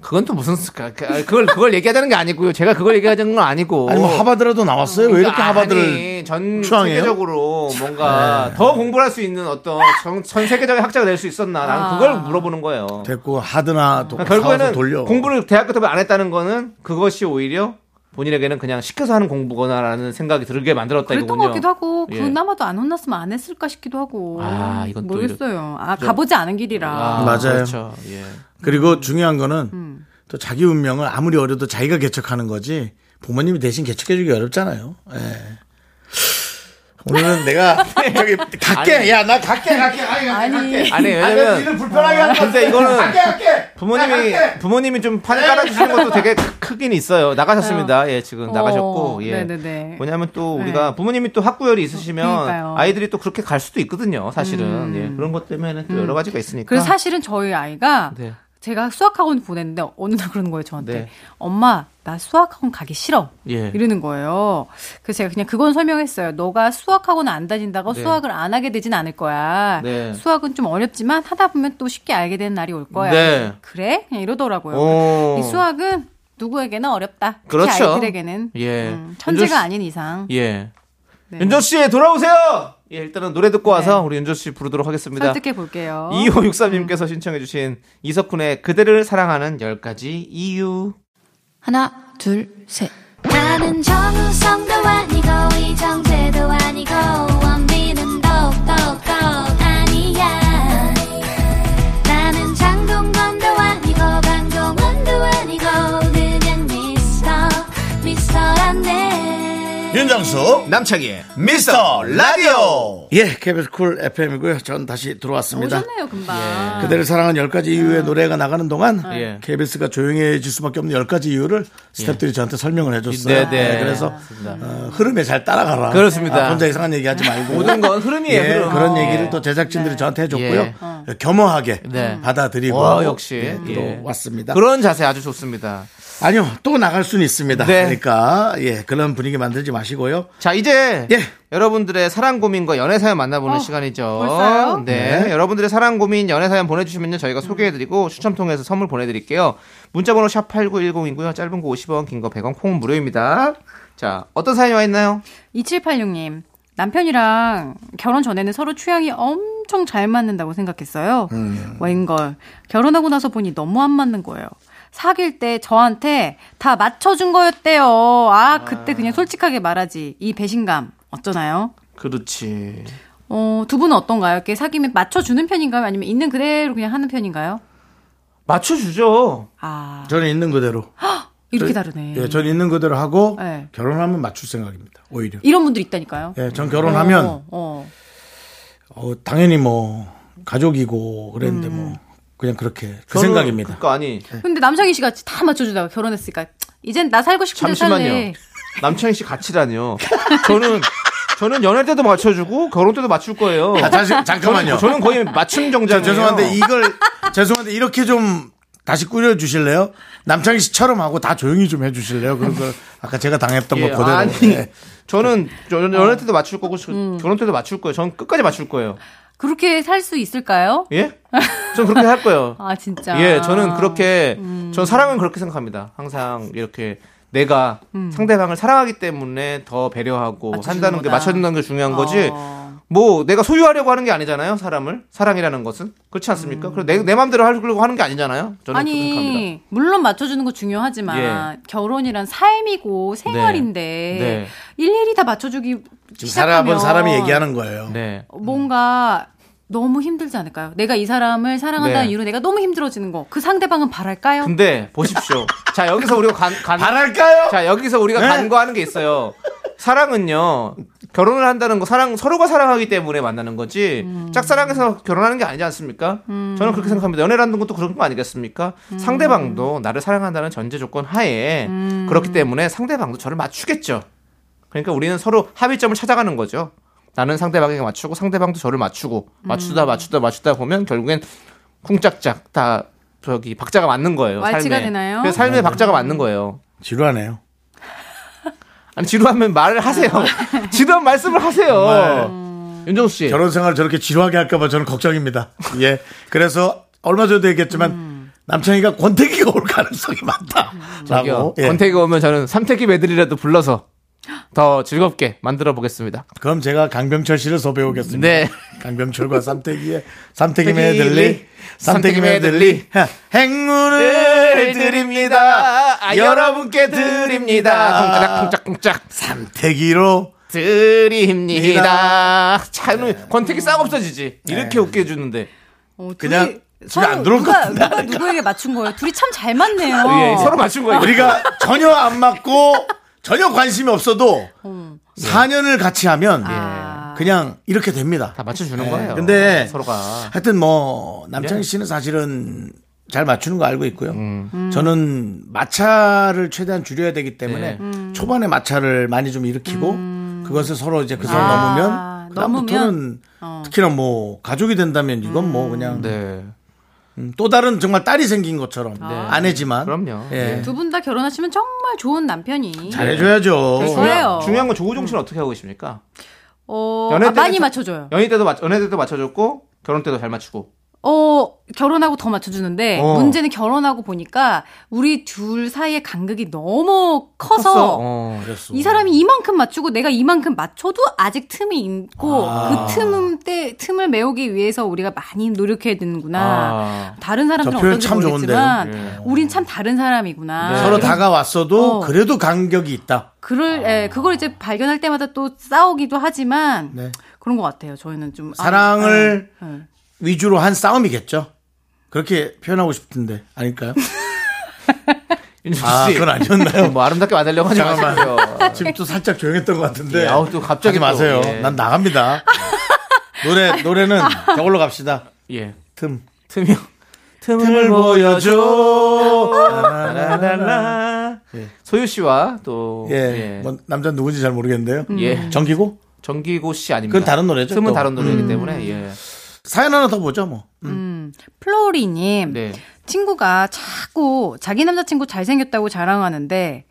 S2: 그건 또 무슨 스- 그- 그- 그걸 그걸 얘기하자는 게 아니고요. 제가 그걸 얘기하자는 건 아니고.
S1: 아니 뭐 하버드라도 나왔어요? 왜 이렇게
S2: 그러니까
S1: 하버드를
S2: 아니, 전
S1: 추앙해요? 네.
S2: 세계적으로 뭔가 더 공부할 수 있는 어떤 전, 전 세계적인 학자가 될 수 있었나?
S6: 아.
S2: 나는 그걸 물어보는 거예요.
S1: 됐고 하드나 도,
S2: 그러니까
S1: 결국에는
S2: 결국에는
S1: 돌려
S2: 공부를 대학교 때문에 안 했다는 거는 그것이 오히려 본인에게는 그냥 시켜서 하는 공부거나라는 생각이 들게 만들었다
S6: 그랬던
S2: 이거군요.
S6: 것 같기도 하고
S2: 예.
S6: 그나마도 안 혼났으면 안 했을까 싶기도 하고
S2: 아, 이건 또
S6: 모르겠어요. 아 가보지 않은 길이라.
S2: 아,
S1: 맞아요.
S2: 그렇죠. 예.
S1: 그리고 중요한 거는 또 자기 운명을 아무리 어려도 자기가 개척하는 거지 부모님이 대신 개척해주기 어렵잖아요. 예. 오늘은 내가 저기 갈게. 야 나 갈게 갈게. 아니, 갈게,
S6: 아니.
S1: 갈게.
S2: 아니
S1: 왜냐면
S2: 왜냐면
S1: 니를 불편하게 하는 거
S2: 근데 이거는
S1: 갈게 갈게.
S2: 부모님이
S1: 나 갈게.
S2: 부모님이 좀 판을 깔아주시는 것도 되게 크- 크긴 있어요. 나가셨습니다. 예, 지금
S6: 어,
S2: 나가셨고. 예.
S6: 네네네.
S2: 뭐냐면 또 우리가 부모님이 또 학구열이 있으시면
S6: 그러니까요. 음.
S2: 아이들이 또 그렇게 갈 수도 있거든요. 사실은 예, 그런 것 때문에 또 여러 가지가 있으니까.
S6: 그래서 사실은 저희 아이가
S2: 아. 네.
S6: 제가 수학학원 보냈는데 어느 날 그러는 거예요 저한테
S2: 네.
S6: 엄마 나 수학학원 가기 싫어
S2: 예.
S6: 이러는 거예요 그래서 제가 그냥 그건 설명했어요 너가 수학학원 안 다닌다고
S2: 네.
S6: 수학을 안 하게 되진 않을 거야
S2: 네.
S6: 수학은 좀 어렵지만 하다 보면 또 쉽게 알게 되는 날이 올 거야
S2: 네.
S6: 그래 그냥 이러더라고요
S2: 오.
S6: 이 수학은 누구에게나 어렵다 특히
S2: 그렇죠.
S6: 아이들에게는
S2: 예.
S6: 음, 천재가
S2: 윤정 씨-
S6: 아닌 이상
S2: 예.
S6: 네.
S2: 윤조 씨 돌아오세요. 예, 일단은 노래 듣고 와서 우리 윤조 씨 부르도록 하겠습니다.
S6: 설득해 볼게요 음.
S2: 2563님께서 신청해주신 이석훈의 그대를 사랑하는 10가지 이유.
S7: 하나, 둘, 셋.
S3: 나는 정우성도 아니고 이정재도 아니고 원빈은 더욱더 아니야 나는 장동건도 아니고 강동원도 아니고 그냥 미스터 미스터란데
S7: 윤정수
S2: 남창희의
S7: 미스터 라디오
S1: 예, KBS 쿨 FM이고요. 전 다시 들어왔습니다.
S6: 오셨네요 아. 금방.
S1: 그대를 사랑한 10가지 이유의 노래가 나가는 동안
S6: 아.
S2: 예.
S1: KBS가 조용해질 수밖에 없는 10가지 이유를 스탭들이 저한테 설명을 해줬어요.
S2: 네, 네.
S1: 그래서 어, 흐름에 잘 따라가라.
S2: 그렇습니다.
S1: 아, 혼자 이상한 얘기하지 말고.
S2: 모든 건 흐름이에요,
S1: 예,
S2: 흐름.
S1: 그런
S2: 아.
S1: 얘기를 또 제작진들이
S6: 네.
S1: 저한테 해줬고요.
S2: 예.
S6: 어.
S1: 겸허하게
S2: 네.
S1: 받아들이고
S2: 와, 역시.
S1: 예, 또
S2: 예.
S1: 왔습니다.
S2: 그런 자세 아주 좋습니다.
S1: 아니요, 또 나갈 수는 있습니다.
S2: 네.
S1: 그러니까 예, 그런 분위기 만들지 마시고요.
S2: 자, 이제
S1: 예.
S2: 여러분들의 사랑 고민과 연애 사연 만나보는
S6: 어,
S2: 시간이죠.
S6: 벌써요?
S2: 네. 여러분들의 사랑 고민, 연애 사연 보내주시면요. 저희가 소개해드리고 추첨 통해서 선물 보내드릴게요. 문자번호 샵8910이고요. 짧은 거 50원, 긴 거 100원, 콩 무료입니다. 자, 어떤 사연이 와 있나요?
S6: 2786님. 남편이랑 결혼 전에는 서로 취향이 엄청 잘 맞는다고 생각했어요.
S2: 음.
S6: 웬걸. 결혼하고 나서 보니 너무 안 맞는 거예요. 사귈 때 저한테 다 맞춰준 거였대요. 아, 그때 그냥 솔직하게 말하지. 이 배신감 어쩌나요?
S2: 그렇지.
S6: 어, 두 분은 어떤가요? 이렇게 사귀면 맞춰주는 편인가요? 아니면 있는 그대로 그냥 하는 편인가요?
S2: 맞춰주죠.
S6: 아,
S1: 저는 있는 그대로.
S6: 이렇게 다르네.
S1: 예, 저는 있는 그대로 하고
S6: 네.
S1: 결혼하면 맞출 생각입니다. 오히려.
S6: 이런 분들 있다니까요.
S1: 예, 전 결혼하면
S6: 어, 어.
S1: 어, 당연히 뭐 가족이고 그랬는데
S6: 음.
S1: 뭐 그냥 그렇게 그 생각입니다. 네.
S2: 그거 아니.
S6: 근데 남창희 씨 같이 다 맞춰주다가 결혼했으니까 이젠 나 살고 싶은 데
S2: 잠시만요.
S6: 살래.
S2: 남창희 씨 같이라뇨. 저는, 저는 연애 때도 맞춰주고, 결혼 때도 맞출 거예요.
S1: 아, 잠시, 잠깐만요.
S2: 저는, 저는 거의 맞춤
S1: 저
S2: 정장.
S1: 죄송한데 이걸 죄송한데 이렇게 좀 다시 꾸려 주실래요? 남창희 씨처럼 하고 다 조용히 좀 해주실래요? 그런 걸 아까 제가 당했던 거
S2: 예,
S1: 그대로.
S2: 아니
S1: 예.
S2: 저는 저- 연애 때도 맞출 거고 저-
S6: 음.
S2: 결혼 때도 맞출 거예요. 저는 끝까지 맞출 거예요.
S6: 그렇게 살 수 있을까요?
S2: 예? 저는 그렇게 할 거예요.
S6: 아 음. 진짜.
S2: 예, 저는 그렇게 저는 사랑은 그렇게 생각합니다. 항상 이렇게 내가 상대방을 사랑하기 때문에 더 배려하고
S6: 음. 맞춰주는
S2: 한다는 게
S6: 거다.
S2: 맞춰준다는 게 중요한 거지.
S6: 어.
S2: 뭐 내가 소유하려고 하는 게 아니잖아요, 사람을 사랑이라는 것은 그렇지 않습니까? 그리고 내, 내 마음대로 하려고 하는 게 아니잖아요. 저는 그렇게 생각합니다. 예.
S6: 아니 물론 맞춰주는 거 중요하지만 결혼이란 삶이고 생활인데
S2: 네.
S6: 일일이 다 맞춰주기
S1: 지금 사람은
S6: 시작하면
S1: 사람이 얘기하는 거예요.
S2: 네,
S6: 뭔가 너무 힘들지 않을까요? 내가 이 사람을 사랑한다는
S2: 네.
S6: 이유로 내가 너무 힘들어지는 거 그 상대방은 바랄까요?
S2: 근데 보십시오. 자 여기서 우리가 간, 간
S1: 바랄까요?
S2: 자 여기서 우리가 간과하는 게 있어요. 사랑은요 결혼을 한다는 거 사랑 서로가 사랑하기 때문에 만나는 거지
S6: 음.
S2: 짝사랑해서 결혼하는 게 아니지 않습니까? 저는 그렇게 생각합니다. 연애라는 것도 그런 거 아니겠습니까?
S6: 음.
S2: 상대방도 나를 사랑한다는 전제 조건 하에
S6: 음.
S2: 그렇기 때문에 상대방도 저를 맞추겠죠. 그러니까 우리는 서로 합의점을 찾아가는 거죠. 나는 상대방에게 맞추고 상대방도 저를 맞추고
S6: 음.
S2: 맞추다 맞추다 맞추다 보면 결국엔 쿵짝짝 다 저기 박자가 맞는 거예요.
S6: 왈츠가
S2: 삶에.
S6: 되나요?
S2: 그래서 삶의 박자가 맞는 거예요.
S1: 지루하네요.
S2: 아니 지루하면 말을 하세요.
S6: 아.
S2: 지루한 말씀을 하세요.
S6: 음.
S2: 윤정수 씨.
S1: 결혼 생활 저렇게 지루하게 할까봐 저는 걱정입니다. 예. 그래서 얼마 전에도 얘기했지만 남창희가 권태기가 올 가능성이 많다라고. 예.
S2: 권태기 오면 저는 삼태기 매들이라도 불러서 더 즐겁게 만들어 보겠습니다.
S1: 그럼 제가 강병철 씨를 소배우겠습니다.
S2: 네.
S1: 강병철과 삼태기의 삼태기
S2: 메들리,
S1: 메들리, 삼태기 메들리
S2: 네.
S1: 행운을 드립니다.
S2: 아,
S1: 여러분께
S2: 드립니다.
S1: 드립니다.
S2: 쿵짝쿵짝쿵짝
S1: 삼태기로
S2: 드립니다. 참
S1: 네.
S2: 권태기 싹 없어지지. 이렇게 웃게 해주는데
S6: 어, 둘이
S1: 그냥 집에
S6: 서로
S1: 안 들어올 것
S6: 누가,
S1: 같은데,
S6: 누가 누구에게 맞춘 거예요? 둘이 참 잘 맞네요.
S2: 예, 서로 맞춘 거예요.
S1: 어. 우리가 전혀 안 맞고 전혀 관심이 없어도 4년을 같이 하면 그냥 이렇게 됩니다.
S2: 다 맞춰주는
S1: 예,
S2: 거예요. 어,
S1: 근데
S2: 서로가
S1: 하여튼 뭐 남창희
S2: 네.
S1: 씨는 사실은 잘 맞추는 거 알고 있고요.
S2: 음.
S6: 음.
S1: 저는 마찰을 최대한 줄여야 되기 때문에
S2: 네.
S6: 음.
S1: 초반에 마찰을 많이 좀 일으키고 그것을 서로 이제 그 선을
S6: 아, 어.
S1: 넘으면 그다음부터는 특히나 뭐 가족이 된다면 이건 뭐 그냥
S2: 네.
S1: 음, 또 다른 정말 딸이 생긴 것처럼
S6: 네.
S1: 아내지만
S2: 그럼요.
S1: 예.
S6: 두 분 다 결혼하시면 정말 좋은 남편이
S1: 잘해줘야죠.
S6: 그래요.
S2: 중요한 건 조우종 씨는 어떻게 하고 계십니까?
S6: 어,
S2: 연애
S6: 아, 많이
S2: 때는-
S6: 맞춰줘요.
S2: 연애 때도 맞 연애 때도 맞춰줬고 결혼 때도 잘 맞추고
S6: 어, 결혼하고 더 맞춰주는데
S2: 어.
S6: 문제는 결혼하고 보니까 우리 둘 사이의 간극이 너무 커서
S2: 어.
S6: 이 사람이 이만큼 맞추고 내가 이만큼 맞춰도 아직 틈이 있고
S1: 아.
S6: 그 틈은 때 틈을 메우기 위해서 우리가 많이 노력해야
S2: 아.
S6: 되는구나. 다른 사람들은
S1: 아. 저 표현
S6: 어떤지
S1: 참 예. 네.
S6: 모르겠지만 우린 참 다른 사람이구나.
S1: 서로 다가왔어도
S6: 어.
S1: 그래도 간격이 있다.
S6: 그를 예, 그걸 이제 발견할 때마다 또 싸우기도 하지만
S1: 네.
S6: 그런 것 같아요. 저희는 좀 아,
S1: 사랑을
S6: 예, 예.
S1: 위주로 한 싸움이겠죠. 그렇게 표현하고 싶은데 아닐까요? 아, 그건 아니었나요?
S2: 뭐 아름답게 만들려고 하지
S1: 잠깐만.
S2: 마세요.
S1: 지금 또 살짝 조용했던 것 같은데.
S2: 예, 아우, 또
S1: 하지
S2: 갑자기
S1: 마세요.
S2: 또, 예.
S1: 난 나갑니다. 노래 노래는 저걸로 갑시다.
S2: 예.
S1: 틈.
S2: 틈이요.
S1: 틈을 보여줘.
S2: 라라라.
S1: 예.
S2: 소유 씨와 또
S1: 예.
S2: 예.
S1: 뭐 남자 누군지 잘 모르겠는데요.
S2: 예.
S1: 정기고
S2: 정기고 씨 아닙니다.
S1: 그건 다른 노래죠,
S2: 틈은
S1: 또. 음.
S2: 다른 노래이기 때문에 예.
S1: 사연 하나 더 보죠, 뭐.
S6: 플로리님
S2: 네.
S6: 친구가 자꾸 자기 남자친구 잘생겼다고 자랑하는데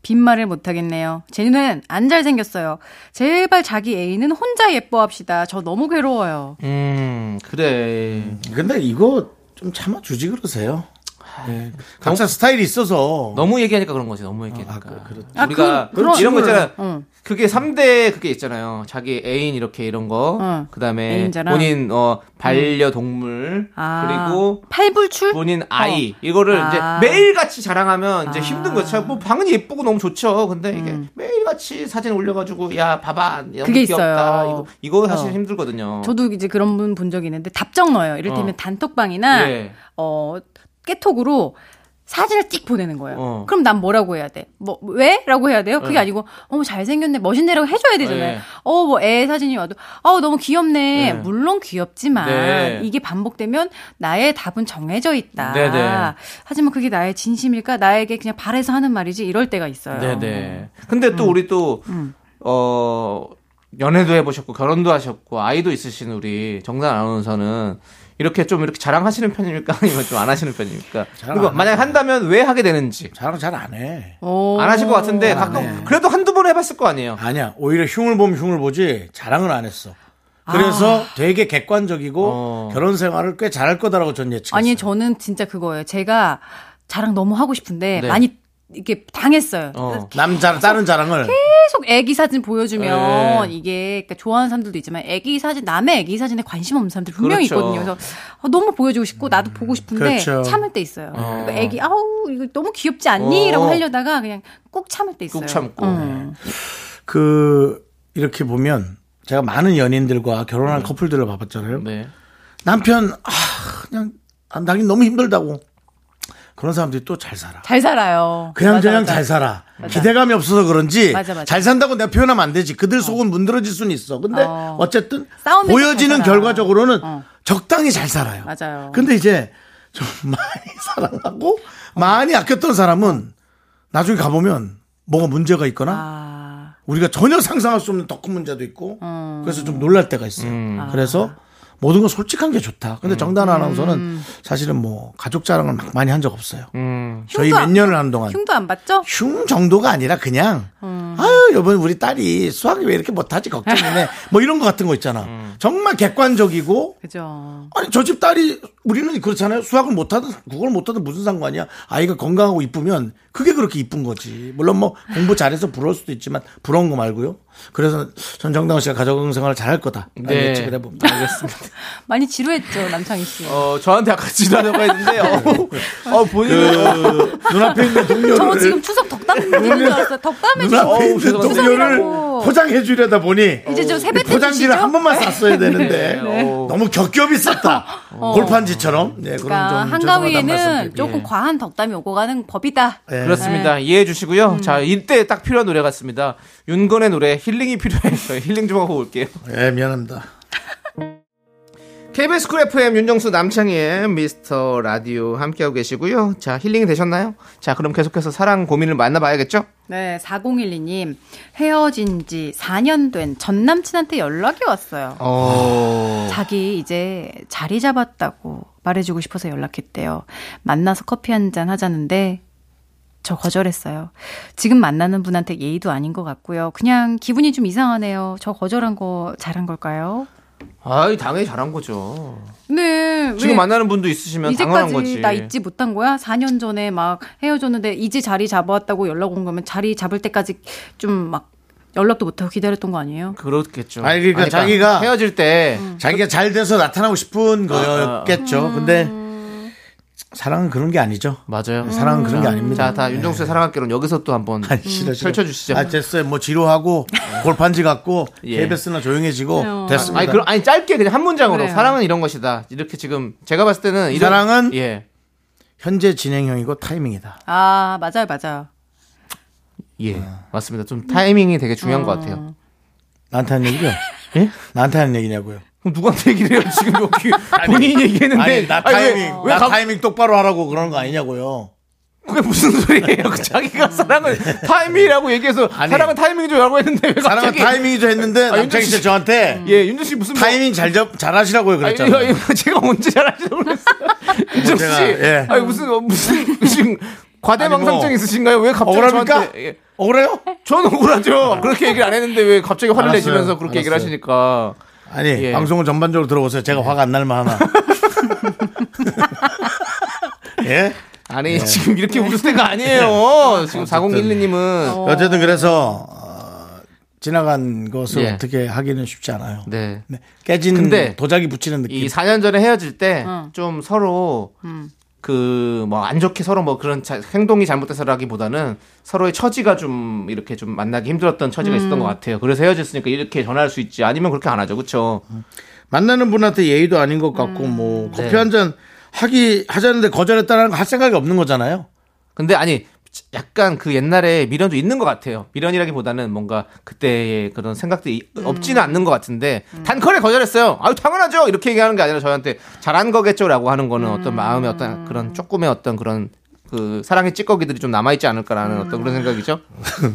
S6: 빈말을 못하겠네요. 제 눈엔 안 잘생겼어요. 제발 자기 애인은 혼자 예뻐합시다. 저 너무 괴로워요.
S2: 음 그래.
S1: 근데 이거 좀 참아 주지 그러세요.
S2: 아,
S1: 예. 각자 스타일이 있어서
S2: 너무 얘기하니까 그런 거지. 너무 얘기하니까.
S1: 아, 그- 그렇죠.
S6: 아,
S2: 우리가
S6: 그- 그런
S2: 이런 거
S6: 친구를,
S2: 있잖아.
S6: 응.
S2: 그게 3대 그게 있잖아요. 자기 애인 이렇게 이런 거.
S6: 응.
S2: 그다음에
S6: 애인 자랑.
S2: 본인 어 반려동물
S6: 아,
S2: 그리고 어.
S6: 팔불출?
S2: 본인 아이 이거를
S6: 아.
S2: 이제 매일같이 자랑하면 이제
S6: 아. 음.
S2: 힘든 거죠. 자, 뭐 당연히 예쁘고 너무 좋죠. 근데 이게 매일같이 사진 올려가지고 야 봐봐 너무
S6: 그게
S2: 귀엽다.
S6: 있어요.
S2: 이거, 이거 사실
S6: 어.
S2: 힘들거든요.
S6: 저도 이제 그런 분 본 적이 있는데 답장 넣어요. 이를테면
S2: 어.
S6: 단톡방이나
S2: 예.
S6: 어 깨톡으로 사진을 찍 보내는 거예요.
S2: 어.
S6: 그럼 난 뭐라고 해야 돼? 뭐 왜?라고 해야 돼요? 그게
S2: 예.
S6: 아니고 어머 잘생겼네 멋있네라고 해줘야 되잖아요.
S2: 예.
S6: 어뭐 애 사진이 와도 어 너무 귀엽네.
S2: 예.
S6: 물론 귀엽지만
S2: 네.
S6: 이게 반복되면 나의 답은 정해져 있다.
S2: 네, 네.
S6: 하지만 그게 나의 진심일까? 나에게 그냥 바래서 하는 말이지 이럴 때가 있어요. 음.
S2: 네네. 근데 또 우리 또, 어, 연애도 해보셨고, 결혼도 하셨고, 아이도 있으신 우리 정단 아나운서는 이렇게 좀 이렇게 자랑하시는 편입니까? 아니면 좀 안 하시는 편입니까? 그리고
S1: 안
S2: 만약에 한다면 왜 하게 되는지.
S1: 자랑 잘 안 해.
S6: 오.
S2: 안 하실 것 같은데, 가끔, 그래도 한두 번 해봤을 거 아니에요.
S1: 아니야. 오히려 흉을 보면 흉을 보지 자랑을 안 했어. 그래서
S6: 아.
S1: 되게 객관적이고
S2: 어.
S1: 결혼 생활을 꽤 잘할 거다라고 전 예측했어요.
S6: 아니 저는 진짜 그거예요. 제가 자랑 너무 하고 싶은데
S2: 네.
S6: 많이 이렇게 당했어요.
S2: 어.
S1: 남자 다른 자랑을
S6: 계속 애기 사진 보여주면
S2: 네.
S6: 이게 그러니까 좋아하는 사람들도 있지만 애기 사진 남의 애기 사진에 관심 없는 사람들 분명히
S2: 그렇죠.
S6: 있거든요. 그래서 어, 너무 보여주고 싶고 나도 보고 싶은데
S1: 그렇죠.
S6: 참을 때 있어요. 그러니까 애기 아우 이거 너무 귀엽지 않니?라고
S2: 어.
S6: 하려다가 그냥 꼭 참을 때 있어요.
S2: 꾹 참고.
S6: 음.
S1: 그 이렇게 보면 제가 많은 연인들과
S6: 네.
S1: 결혼한 커플들을 봐봤잖아요.
S2: 네.
S1: 남편 아 그냥 아, 나긴 너무 힘들다고 그런 사람들이 또 잘 살아.
S6: 잘 살아요.
S1: 그냥
S6: 맞아,
S1: 저냥
S6: 맞아.
S1: 잘 살아.
S6: 맞아.
S1: 기대감이 없어서 그런지
S6: 맞아, 맞아.
S1: 잘 산다고 내가 표현하면 안 되지. 그들 속은 문드러질 수는 있어. 근데
S6: 어.
S1: 어. 쨌든
S6: 싸움에서
S1: 보여지는
S6: 잘 살아.
S1: 결과적으로는
S6: 어.
S1: 적당히 잘 살아요.
S6: 맞아요.
S1: 근데 이제 좀 많이 사랑하고
S6: 어.
S1: 많이 아꼈던 사람은 나중에 가보면 뭐가 문제가 있거나
S6: 아,
S1: 우리가 전혀 상상할 수 없는 더 큰 문제도 있고
S6: 음.
S1: 그래서 좀 놀랄 때가 있어요.
S6: 아.
S1: 그래서 모든 건 솔직한 게 좋다.
S6: 음.
S1: 근데 정단 아나운서는 사실은 뭐 가족 자랑을 막 많이 한 적 없어요. 저희
S6: 흉도
S1: 몇
S6: 안-
S1: 년을 하는 동안
S6: 흉도 안 봤죠?
S1: 흉 정도가 아니라 그냥
S6: 음.
S1: 아유 요번 우리 딸이 수학이 왜 이렇게 못하지 걱정이네 뭐 이런 거 같은 거 있잖아 정말 객관적이고
S6: 그죠.
S1: 아니 저 집 딸이 우리는 그렇잖아요 수학을 못하든 국어를 못하든 무슨 상관이야 아이가 건강하고 이쁘면 그게 그렇게 이쁜 거지 물론 뭐 공부 잘해서 부러울 수도 있지만 부러운 거 말고요 그래서 전정당 씨가 가정 생활을 잘할 거다
S2: 네.
S1: 네. 예측을 해봅니다 알겠습니다
S6: 많이 지루했죠 남창희 씨.
S2: 어, 저한테 아까 지도하려고 했는데,
S6: 네.
S2: 어, 어
S6: 그,
S2: 본인은.
S1: 그 눈앞에 있는
S6: 저
S1: 동료를
S6: 지금 추석 덕담 드리는 줄 알았어요. 덕담해 주고
S1: 눈앞에 있는 동료를
S6: 추석이라고.
S1: 포장해 주려다 보니
S6: 이제 좀 세뱃돈
S1: 포장지를
S6: 주시죠?
S1: 한 번만 쌌어야 되는데
S2: 네.
S1: 너무 겹겹이 쌌다 골판지처럼 네, 그런
S6: 그러니까
S1: 좀 죄송하다는
S6: 한가위에는
S1: 말씀 드리고.
S6: 조금 과한 덕담이 오고 가는 법이다.
S1: 예.
S2: 그렇습니다. 이해해 주시고요.
S6: 음.
S2: 자, 이때 딱 필요한 노래 같습니다. 윤건의 노래 힐링이 필요해요. 저희 힐링 좀 하고 올게요.
S1: 예, 미안합니다
S2: KBS 쿨 FM 윤정수 남창희의 미스터 라디오 함께하고 계시고요. 자, 힐링이 되셨나요? 자, 그럼 계속해서 사랑 고민을 만나봐야겠죠?
S6: 네, 4012님. 헤어진 지 4년 된 전남친한테 연락이 왔어요.
S2: 어.
S6: 자기 이제 자리 잡았다고 말해주고 싶어서 연락했대요. 만나서 커피 한 잔 하자는데 저 거절했어요. 지금 만나는 분한테 예의도 아닌 것 같고요. 그냥 기분이 좀 이상하네요. 저 거절한 거 잘한 걸까요?
S2: 아이, 당연히 잘한 거죠.
S6: 네. 왜
S2: 지금 만나는 분도 있으시면 당연한 거지.
S6: 이제까지 나 잊지 못한 거야? 4년 전에 막 헤어졌는데 이제 자리 잡아왔다고 연락 온 거면 자리 잡을 때까지 좀 막 연락도 못하고 기다렸던 거 아니에요?
S2: 그렇겠죠.
S1: 아니, 그러니까 자기가-
S2: 헤어질 때
S6: 음.
S1: 자기가 잘 돼서 나타나고 싶은
S2: 아,
S1: 거였겠죠. 근데
S2: 음.
S1: 사랑은 그런 게 아니죠.
S6: 음.
S2: 맞아요.
S1: 사랑은 그런 게 아닙니다. 네.
S2: 자, 다 윤정수의 사랑학기론 여기서 또 한번
S1: 아니, 싫어, 싫어.
S2: 펼쳐주시죠.
S1: 아, 됐어요. 뭐 지루하고 골판지 같고
S2: 네. 예.
S1: KBS나 조용해지고
S6: 어.
S1: 됐습니다.
S2: 아니, 그, 아니 짧게 그냥 한 문장으로
S6: 그래요.
S2: 사랑은 이런 것이다. 이렇게 지금 제가 봤을 때는 이런-
S1: 사랑은?
S2: 예.
S1: 현재 진행형이고 타이밍이다.
S6: 아 맞아요 맞아요.
S2: 예. 맞습니다. 좀 타이밍이 되게
S6: 음.
S2: 중요한 것 같아요.
S1: 나한테 하는 얘기죠?
S2: 예?
S1: 나한테 하는 얘기냐고요.
S2: 그럼 누구한테 얘기를 해요? 지금 여기 본인이 얘기했는데
S1: 아니, 나
S2: 아니, 왜-
S1: 타이밍,
S2: 왜
S1: 나
S2: 감-
S1: 타이밍 똑바로 하라고 그런 거 아니냐고요.
S2: 그게 무슨 소리예요? 자기가 사랑을 타이밍이라고 얘기해서
S1: 음. 네. 아니.
S2: 사랑은 타이밍이 좋아라고 했는데 왜
S1: 사랑은
S2: 갑자기
S1: 타이밍이죠 했는데
S2: 윤정
S1: 남창희 씨
S2: 씨.
S1: 저한테
S2: 예, 윤준 씨 무슨 뭐-
S1: 타이밍 잘, 잡- 잘 하시라고요
S2: 아니,
S1: 그랬잖아요.
S2: 이거- 이거 제가 언제 잘하시라고 그랬어요? 윤정 씨,
S1: 제가, 예.
S2: 아니 무슨 어, 무슨 지금 과대망상증
S1: 아니, 뭐,
S2: 있으신가요? 왜 갑자기
S1: 억울합니까?
S2: 저한테 예.
S1: 억울해요?
S2: 전 억울하죠. 그렇게 얘기를 안 했는데 왜 갑자기 화를
S1: 알았어요.
S2: 내시면서 그렇게 얘기를
S1: 알았어요.
S2: 하시니까
S1: 아니
S2: 예.
S1: 방송을 전반적으로 들어보세요. 제가 화가 안 날만 하나. 예?
S2: 아니 지금 이렇게 울을 때가 아니에요. 지금 4011님은
S1: 어쨌든 그래서 어, 지나간 것을
S2: 예.
S1: 어떻게 하기는 쉽지 않아요.
S2: 네.
S1: 네. 깨진
S2: 근데
S1: 도자기 붙이는 느낌. 음.
S2: 이 4년 전에 헤어질 때 좀 서로 그 뭐 안 좋게 서로 뭐 그런 자- 행동이 잘못돼서라기보다는 서로의 처지가 좀 이렇게 좀 만나기 힘들었던
S1: 음.
S2: 처지가 있었던 것 같아요. 그래서 헤어졌으니까 이렇게 전화할 수 있지. 아니면 그렇게 안 하죠, 그렇죠?
S1: 만나는 분한테 예의도 아닌 것 같고 뭐 커피
S2: 네.
S1: 한 잔 하기 하자는데 거절했다는 거 할 생각이 없는 거잖아요.
S2: 근데 아니 약간 그 옛날에 미련도 있는 것 같아요. 미련이라기보다는 뭔가 그때의 그런 생각들이 없지는 않는 것 같은데 단컬에 거절했어요. 아유 당연하죠. 이렇게 얘기하는 게 아니라 저희한테 잘한 거겠죠라고 하는 거는 어떤 마음의 어떤 그런 조금의 어떤 그런 그 사랑의 찌꺼기들이 좀 남아 있지 않을까라는 어떤 그런 생각이죠.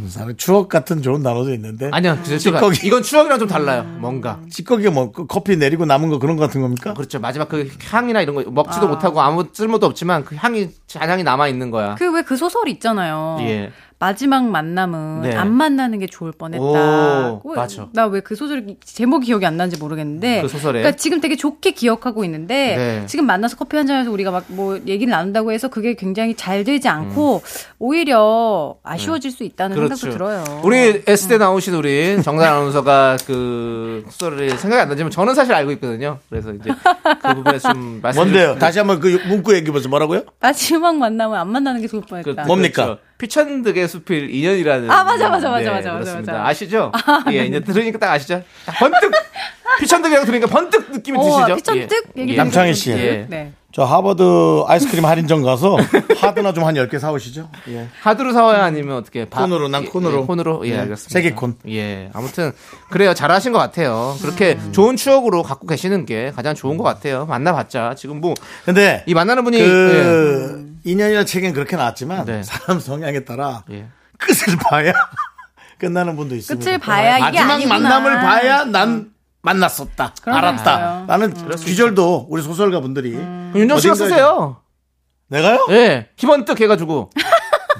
S1: 사람 추억 같은 좋은 단어도 있는데
S2: 아니요, 그
S1: 네. 찌꺼기.
S2: 이건 추억이랑 좀 달라요. 뭔가
S1: 찌꺼기 뭐 그 커피 내리고 남은 거 그런 거 같은 겁니까?
S2: 그렇죠. 마지막 그 향이나 이런 거 먹지도 못하고 아무 쓸모도 없지만 그 향이 잔향이 남아 있는 거야.
S6: 그 왜 그 소설 있잖아요.
S2: 예.
S6: 마지막 만남은
S2: 네.
S6: 안 만나는 게 좋을 뻔했다.
S2: 오, 맞아.
S6: 나 왜 그 소설 제목이 기억이 안 나는지 모르겠는데.
S2: 그 소설에?
S6: 그러니까 지금 되게 좋게 기억하고 있는데
S2: 네.
S6: 지금 만나서 커피 한 잔해서 우리가 막 뭐 얘기를 나눈다고 해서 그게 굉장히 잘 되지 않고
S2: 음.
S6: 오히려 아쉬워질 수 있다는 생각도 들어요.
S2: 네. 그렇죠. 우리 S대 나오신 우리 정단 아나운서가 그 소설을 생각이 안 나지만 저는 사실 알고 있거든요. 그래서 이제 그 부분에 좀 말씀
S1: 뭔데요? 다시 한번 그 문구 얘기해 보세요. 뭐라고요?
S6: 마지막 만나면 안 만나는 게 좋을
S2: 그,
S6: 뻔했다.
S1: 뭡니까?
S2: 그렇죠. 피천득의 숲일 인연이라는
S6: 아, 맞아, 맞아, 맞아,
S2: 네,
S6: 맞아, 맞아,
S2: 그렇습니다.
S6: 맞아. 네.
S2: 아시죠? 예, 이제 들으니까 딱 아시죠? 딱 번뜩 피천득이라고 들으니까 번뜩 느낌이
S6: 어,
S2: 뭐 드시죠?
S6: 피천득
S2: 예.
S6: 얘기
S2: 예.
S1: 남창희 씨.
S2: 예.
S6: 네.
S1: 저 하버드 아이스크림 할인점 가서 하드나 좀 한 10개 사오시죠.
S2: 예. 하드로 사와요 아니면 어떻게 밥-
S1: 콘으로, 난
S2: 예,
S1: 콘으로. 네.
S2: 예, 콘으로 예 알겠습니다
S1: 세게 콘.
S2: 예 아무튼 그래요 잘하신 것 같아요 그렇게
S6: 음.
S2: 좋은 추억으로 갖고 계시는 게 가장 좋은 것 같아요 만나봤자 지금 뭐 이
S1: 근데
S2: 만나는 분이
S1: 그 인연이나 책엔 그렇게 나왔지만
S2: 네.
S1: 사람 성향에 따라
S2: 예. 예.
S1: 끝을 봐야 끝나는 분도 있습니다.
S6: 끝을 봐야 이게
S1: 마지막
S6: 아니구나.
S1: 만남을 봐야 난 만났었다.
S6: 그런 거
S1: 알았다.
S6: 있어요.
S1: 나는
S2: 음.
S1: 귀절도 우리 소설가 분들이
S6: 음.
S2: 그럼 윤정 씨가
S1: 어딘가에
S2: 쓰세요
S1: 내가요?
S2: 예 희번뜩 해가지고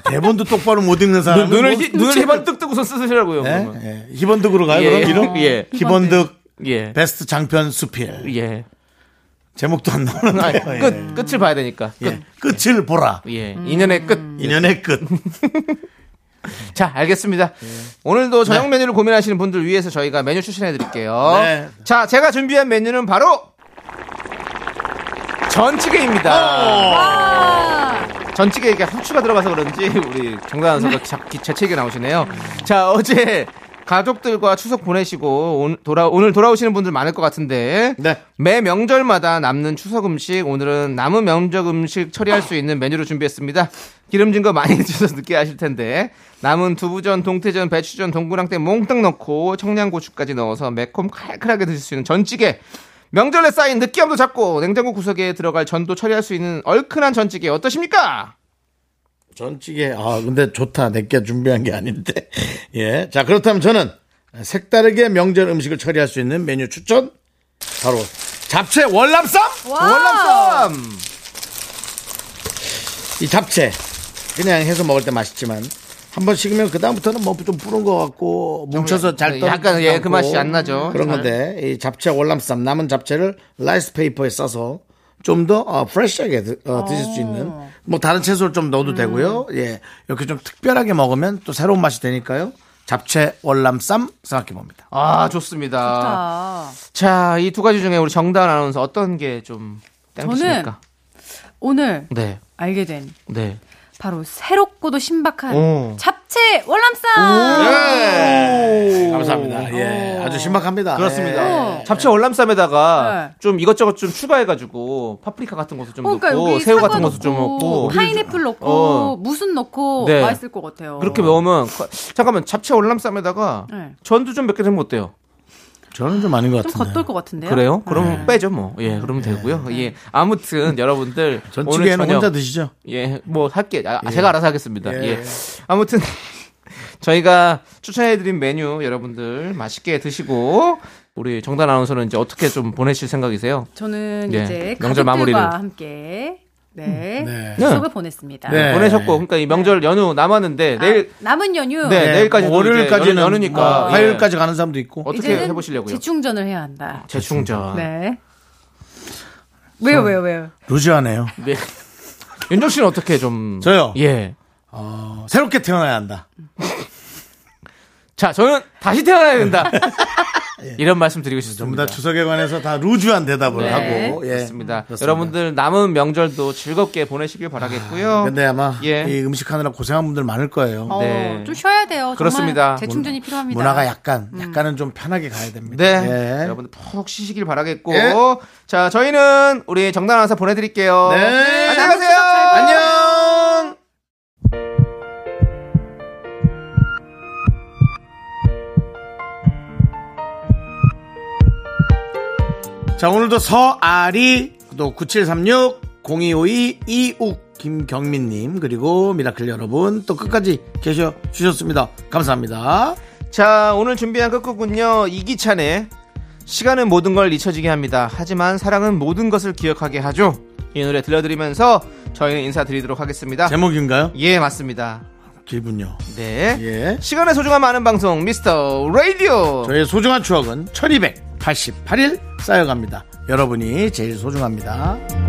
S1: 대본도 똑바로 못 읽는 사람은
S2: 눈을
S1: 뭐-
S2: 희, 눈을 희번뜩 뜨고서 쓰시라고요
S1: 네?
S2: 그러면.
S1: 예. 희번득으로 가요.
S2: 예,
S1: 그럼 이름
S2: 예.
S1: 희번득
S2: 예
S1: 베스트 장편 수필
S2: 예.
S1: 제목도 안 나오는데
S2: 아니,
S1: 예.
S2: 끝 끝을 봐야 되니까 끝.
S1: 예. 끝을 보라.
S2: 예. 인연의 끝.
S1: 인연의 끝.
S2: 자, 알겠습니다. 오늘도 저녁 메뉴를 고민하시는 분들 위해서 저희가 메뉴 추천해 드릴게요.
S1: 네.
S2: 자, 제가 준비한 메뉴는 바로 전찌개입니다. 전찌개에 이게 후추가 들어가서 그런지 우리 정다은 선수가 자꾸 재채기가 나오시네요. 자, 어제 가족들과 추석 보내시고 오늘, 돌아, 오늘 돌아오시는 분들 많을 것 같은데
S1: 네.
S2: 매 명절마다 남는 추석 음식 오늘은 남은 명절 음식 처리할 수 있는 메뉴를 준비했습니다. 기름진 거 많이 드셔서 느끼하실 텐데 남은 두부전, 동태전, 배추전, 동그랑땡 몽땅 넣고 청양고추까지 넣어서 매콤 칼칼하게 드실 수 있는 전찌개. 명절에 쌓인 느끼함도 잡고 냉장고 구석에 들어갈 전도 처리할 수 있는 얼큰한 전찌개 어떠십니까?
S1: 전찌개. 아, 근데 좋다. 내게 준비한 게 아닌데. 예. 자, 그렇다면 저는 색다르게 명절 음식을 처리할 수 있는 메뉴 추천. 바로 잡채 월남쌈!
S2: 월남쌈!
S1: 이 잡채. 그냥 해서 먹을 때 맛있지만 한 번 식으면 그다음부터는 뭐 좀 부른 것 같고 뭉쳐서 잘 떨어지지
S2: 약간, 예, 그
S1: 않고
S2: 맛이 안 나죠. 네.
S1: 그런
S2: 잘.
S1: 건데 이 잡채 월남쌈 남은 잡채를 라이스 페이퍼에 싸서 좀 더 어, 프레시하게 드, 실수 있는 뭐 다른 채소를 좀 넣어도 되고요. 예, 이렇게 좀 특별하게 먹으면 또 새로운 맛이 되니까요. 잡채 월남쌈 생각해 봅니다.
S2: 아 좋습니다.
S6: 아,
S2: 자, 이 두 가지 중에 우리 정다은 아나운서 어떤 게 좀 땡기십니까?
S6: 오늘
S2: 네,
S6: 알게 된
S2: 네.
S6: 바로 새롭고도 신박한
S2: 오.
S6: 잡채
S2: 예.
S6: 월남쌈.
S1: 네. 감사합니다. 예, 아주 신박합니다.
S2: 그렇습니다.
S1: 예.
S2: 잡채 월남쌈에다가
S6: 네.
S2: 좀 이것저것 좀 추가해가지고 파프리카 같은 것도 좀
S6: 그러니까
S2: 넣고
S6: 여기
S2: 새우
S6: 사과
S2: 같은 것도 좀 넣고
S6: 파인애플 넣고
S2: 어.
S6: 무순 넣고
S2: 네.
S6: 맛있을 것 같아요.
S2: 그렇게 먹으면 거- 잠깐만 잡채 월남쌈에다가
S6: 네.
S2: 전도 좀 몇 개 넣으면 어때요?
S1: 저는 좀 아닌 것
S6: 좀
S1: 같은데.
S6: 겉돌 것 같은데요. 네.
S2: 그래요? 그럼 빼죠 뭐. 예, 그러면 되고요. 예, 아무튼 여러분들
S1: 전
S2: 오늘
S1: 집에는
S2: 저녁-
S1: 혼자 드시죠.
S2: 예, 뭐 할게. 아, 제가 알아서 하겠습니다.
S1: 예.
S2: 예. 아무튼 저희가 추천해드린 메뉴 여러분들 맛있게 드시고 우리 정단 아나운서는 이제 어떻게 좀 보내실 생각이세요?
S6: 저는
S2: 예,
S6: 이제
S2: 명절
S6: 가족들과
S2: 마무리를.
S6: 함께 네,
S1: 네.
S6: 추석을 보냈습니다.
S1: 네.
S2: 보내셨고, 그러니까 이 명절 연휴 남았는데
S6: 네. 아,
S2: 내일
S6: 남은 연휴
S2: 네, 내일까지
S1: 뭐 월요일까지는
S2: 연휴, 연휴니까
S1: 뭐
S2: 예.
S1: 화요일까지 가는 뭐 사람도 있고.
S2: 어떻게
S6: 이제는
S2: 해보시려고요?
S6: 재충전을 해야 한다.
S2: 재충전.
S6: 네. 왜요, 왜요, 왜요?
S1: 루즈하네요.
S2: 네. 윤정 씨는 어떻게 좀
S1: 저요?
S2: 예.
S1: 새롭게 태어나야 한다.
S2: 자, 저는 다시 태어나야 된다. 이런 말씀 드리고 싶습니다.
S1: 전부 다 추석에 관해서 다 루즈한 대답을
S6: 네.
S1: 하고. 예.
S2: 그렇습니다.
S1: 그렇습니다.
S2: 여러분들 남은 명절도 즐겁게 보내시길 바라겠고요.
S1: 근데 네, 아마
S2: 예.
S1: 이 음식 하느라 고생한 분들 많을 거예요.
S6: 어,
S2: 네.
S6: 좀 쉬어야 돼요.
S2: 그렇습니다.
S6: 정말 재충전이 필요합니다.
S1: 문화가 약간 약간은 좀 편하게 가야 됩니다.
S2: 네.
S1: 예.
S2: 여러분들 푹 쉬시길 바라겠고.
S1: 예.
S2: 자, 저희는 우리 정단 아나운서 보내드릴게요.
S1: 네.
S2: 안녕히 가세요. 안녕.
S1: 자, 오늘도 서아리, 또 9736, 0252, 이욱, 김경민님, 그리고 미라클 여러분, 또 끝까지 계셔 주셨습니다. 감사합니다.
S2: 자, 오늘 준비한 끝곡은요. 이기찬의 시간은 모든 걸 잊혀지게 합니다. 하지만 사랑은 모든 것을 기억하게 하죠. 이 노래 들려드리면서 저희는 인사드리도록 하겠습니다.
S1: 제목인가요?
S2: 예, 맞습니다.
S1: 길군요.
S2: 네.
S1: 예.
S2: 시간의 소중함 아는 방송 미스터 라디오.
S1: 저의 소중한 추억은 1288일 쌓여갑니다. 여러분이 제일 소중합니다.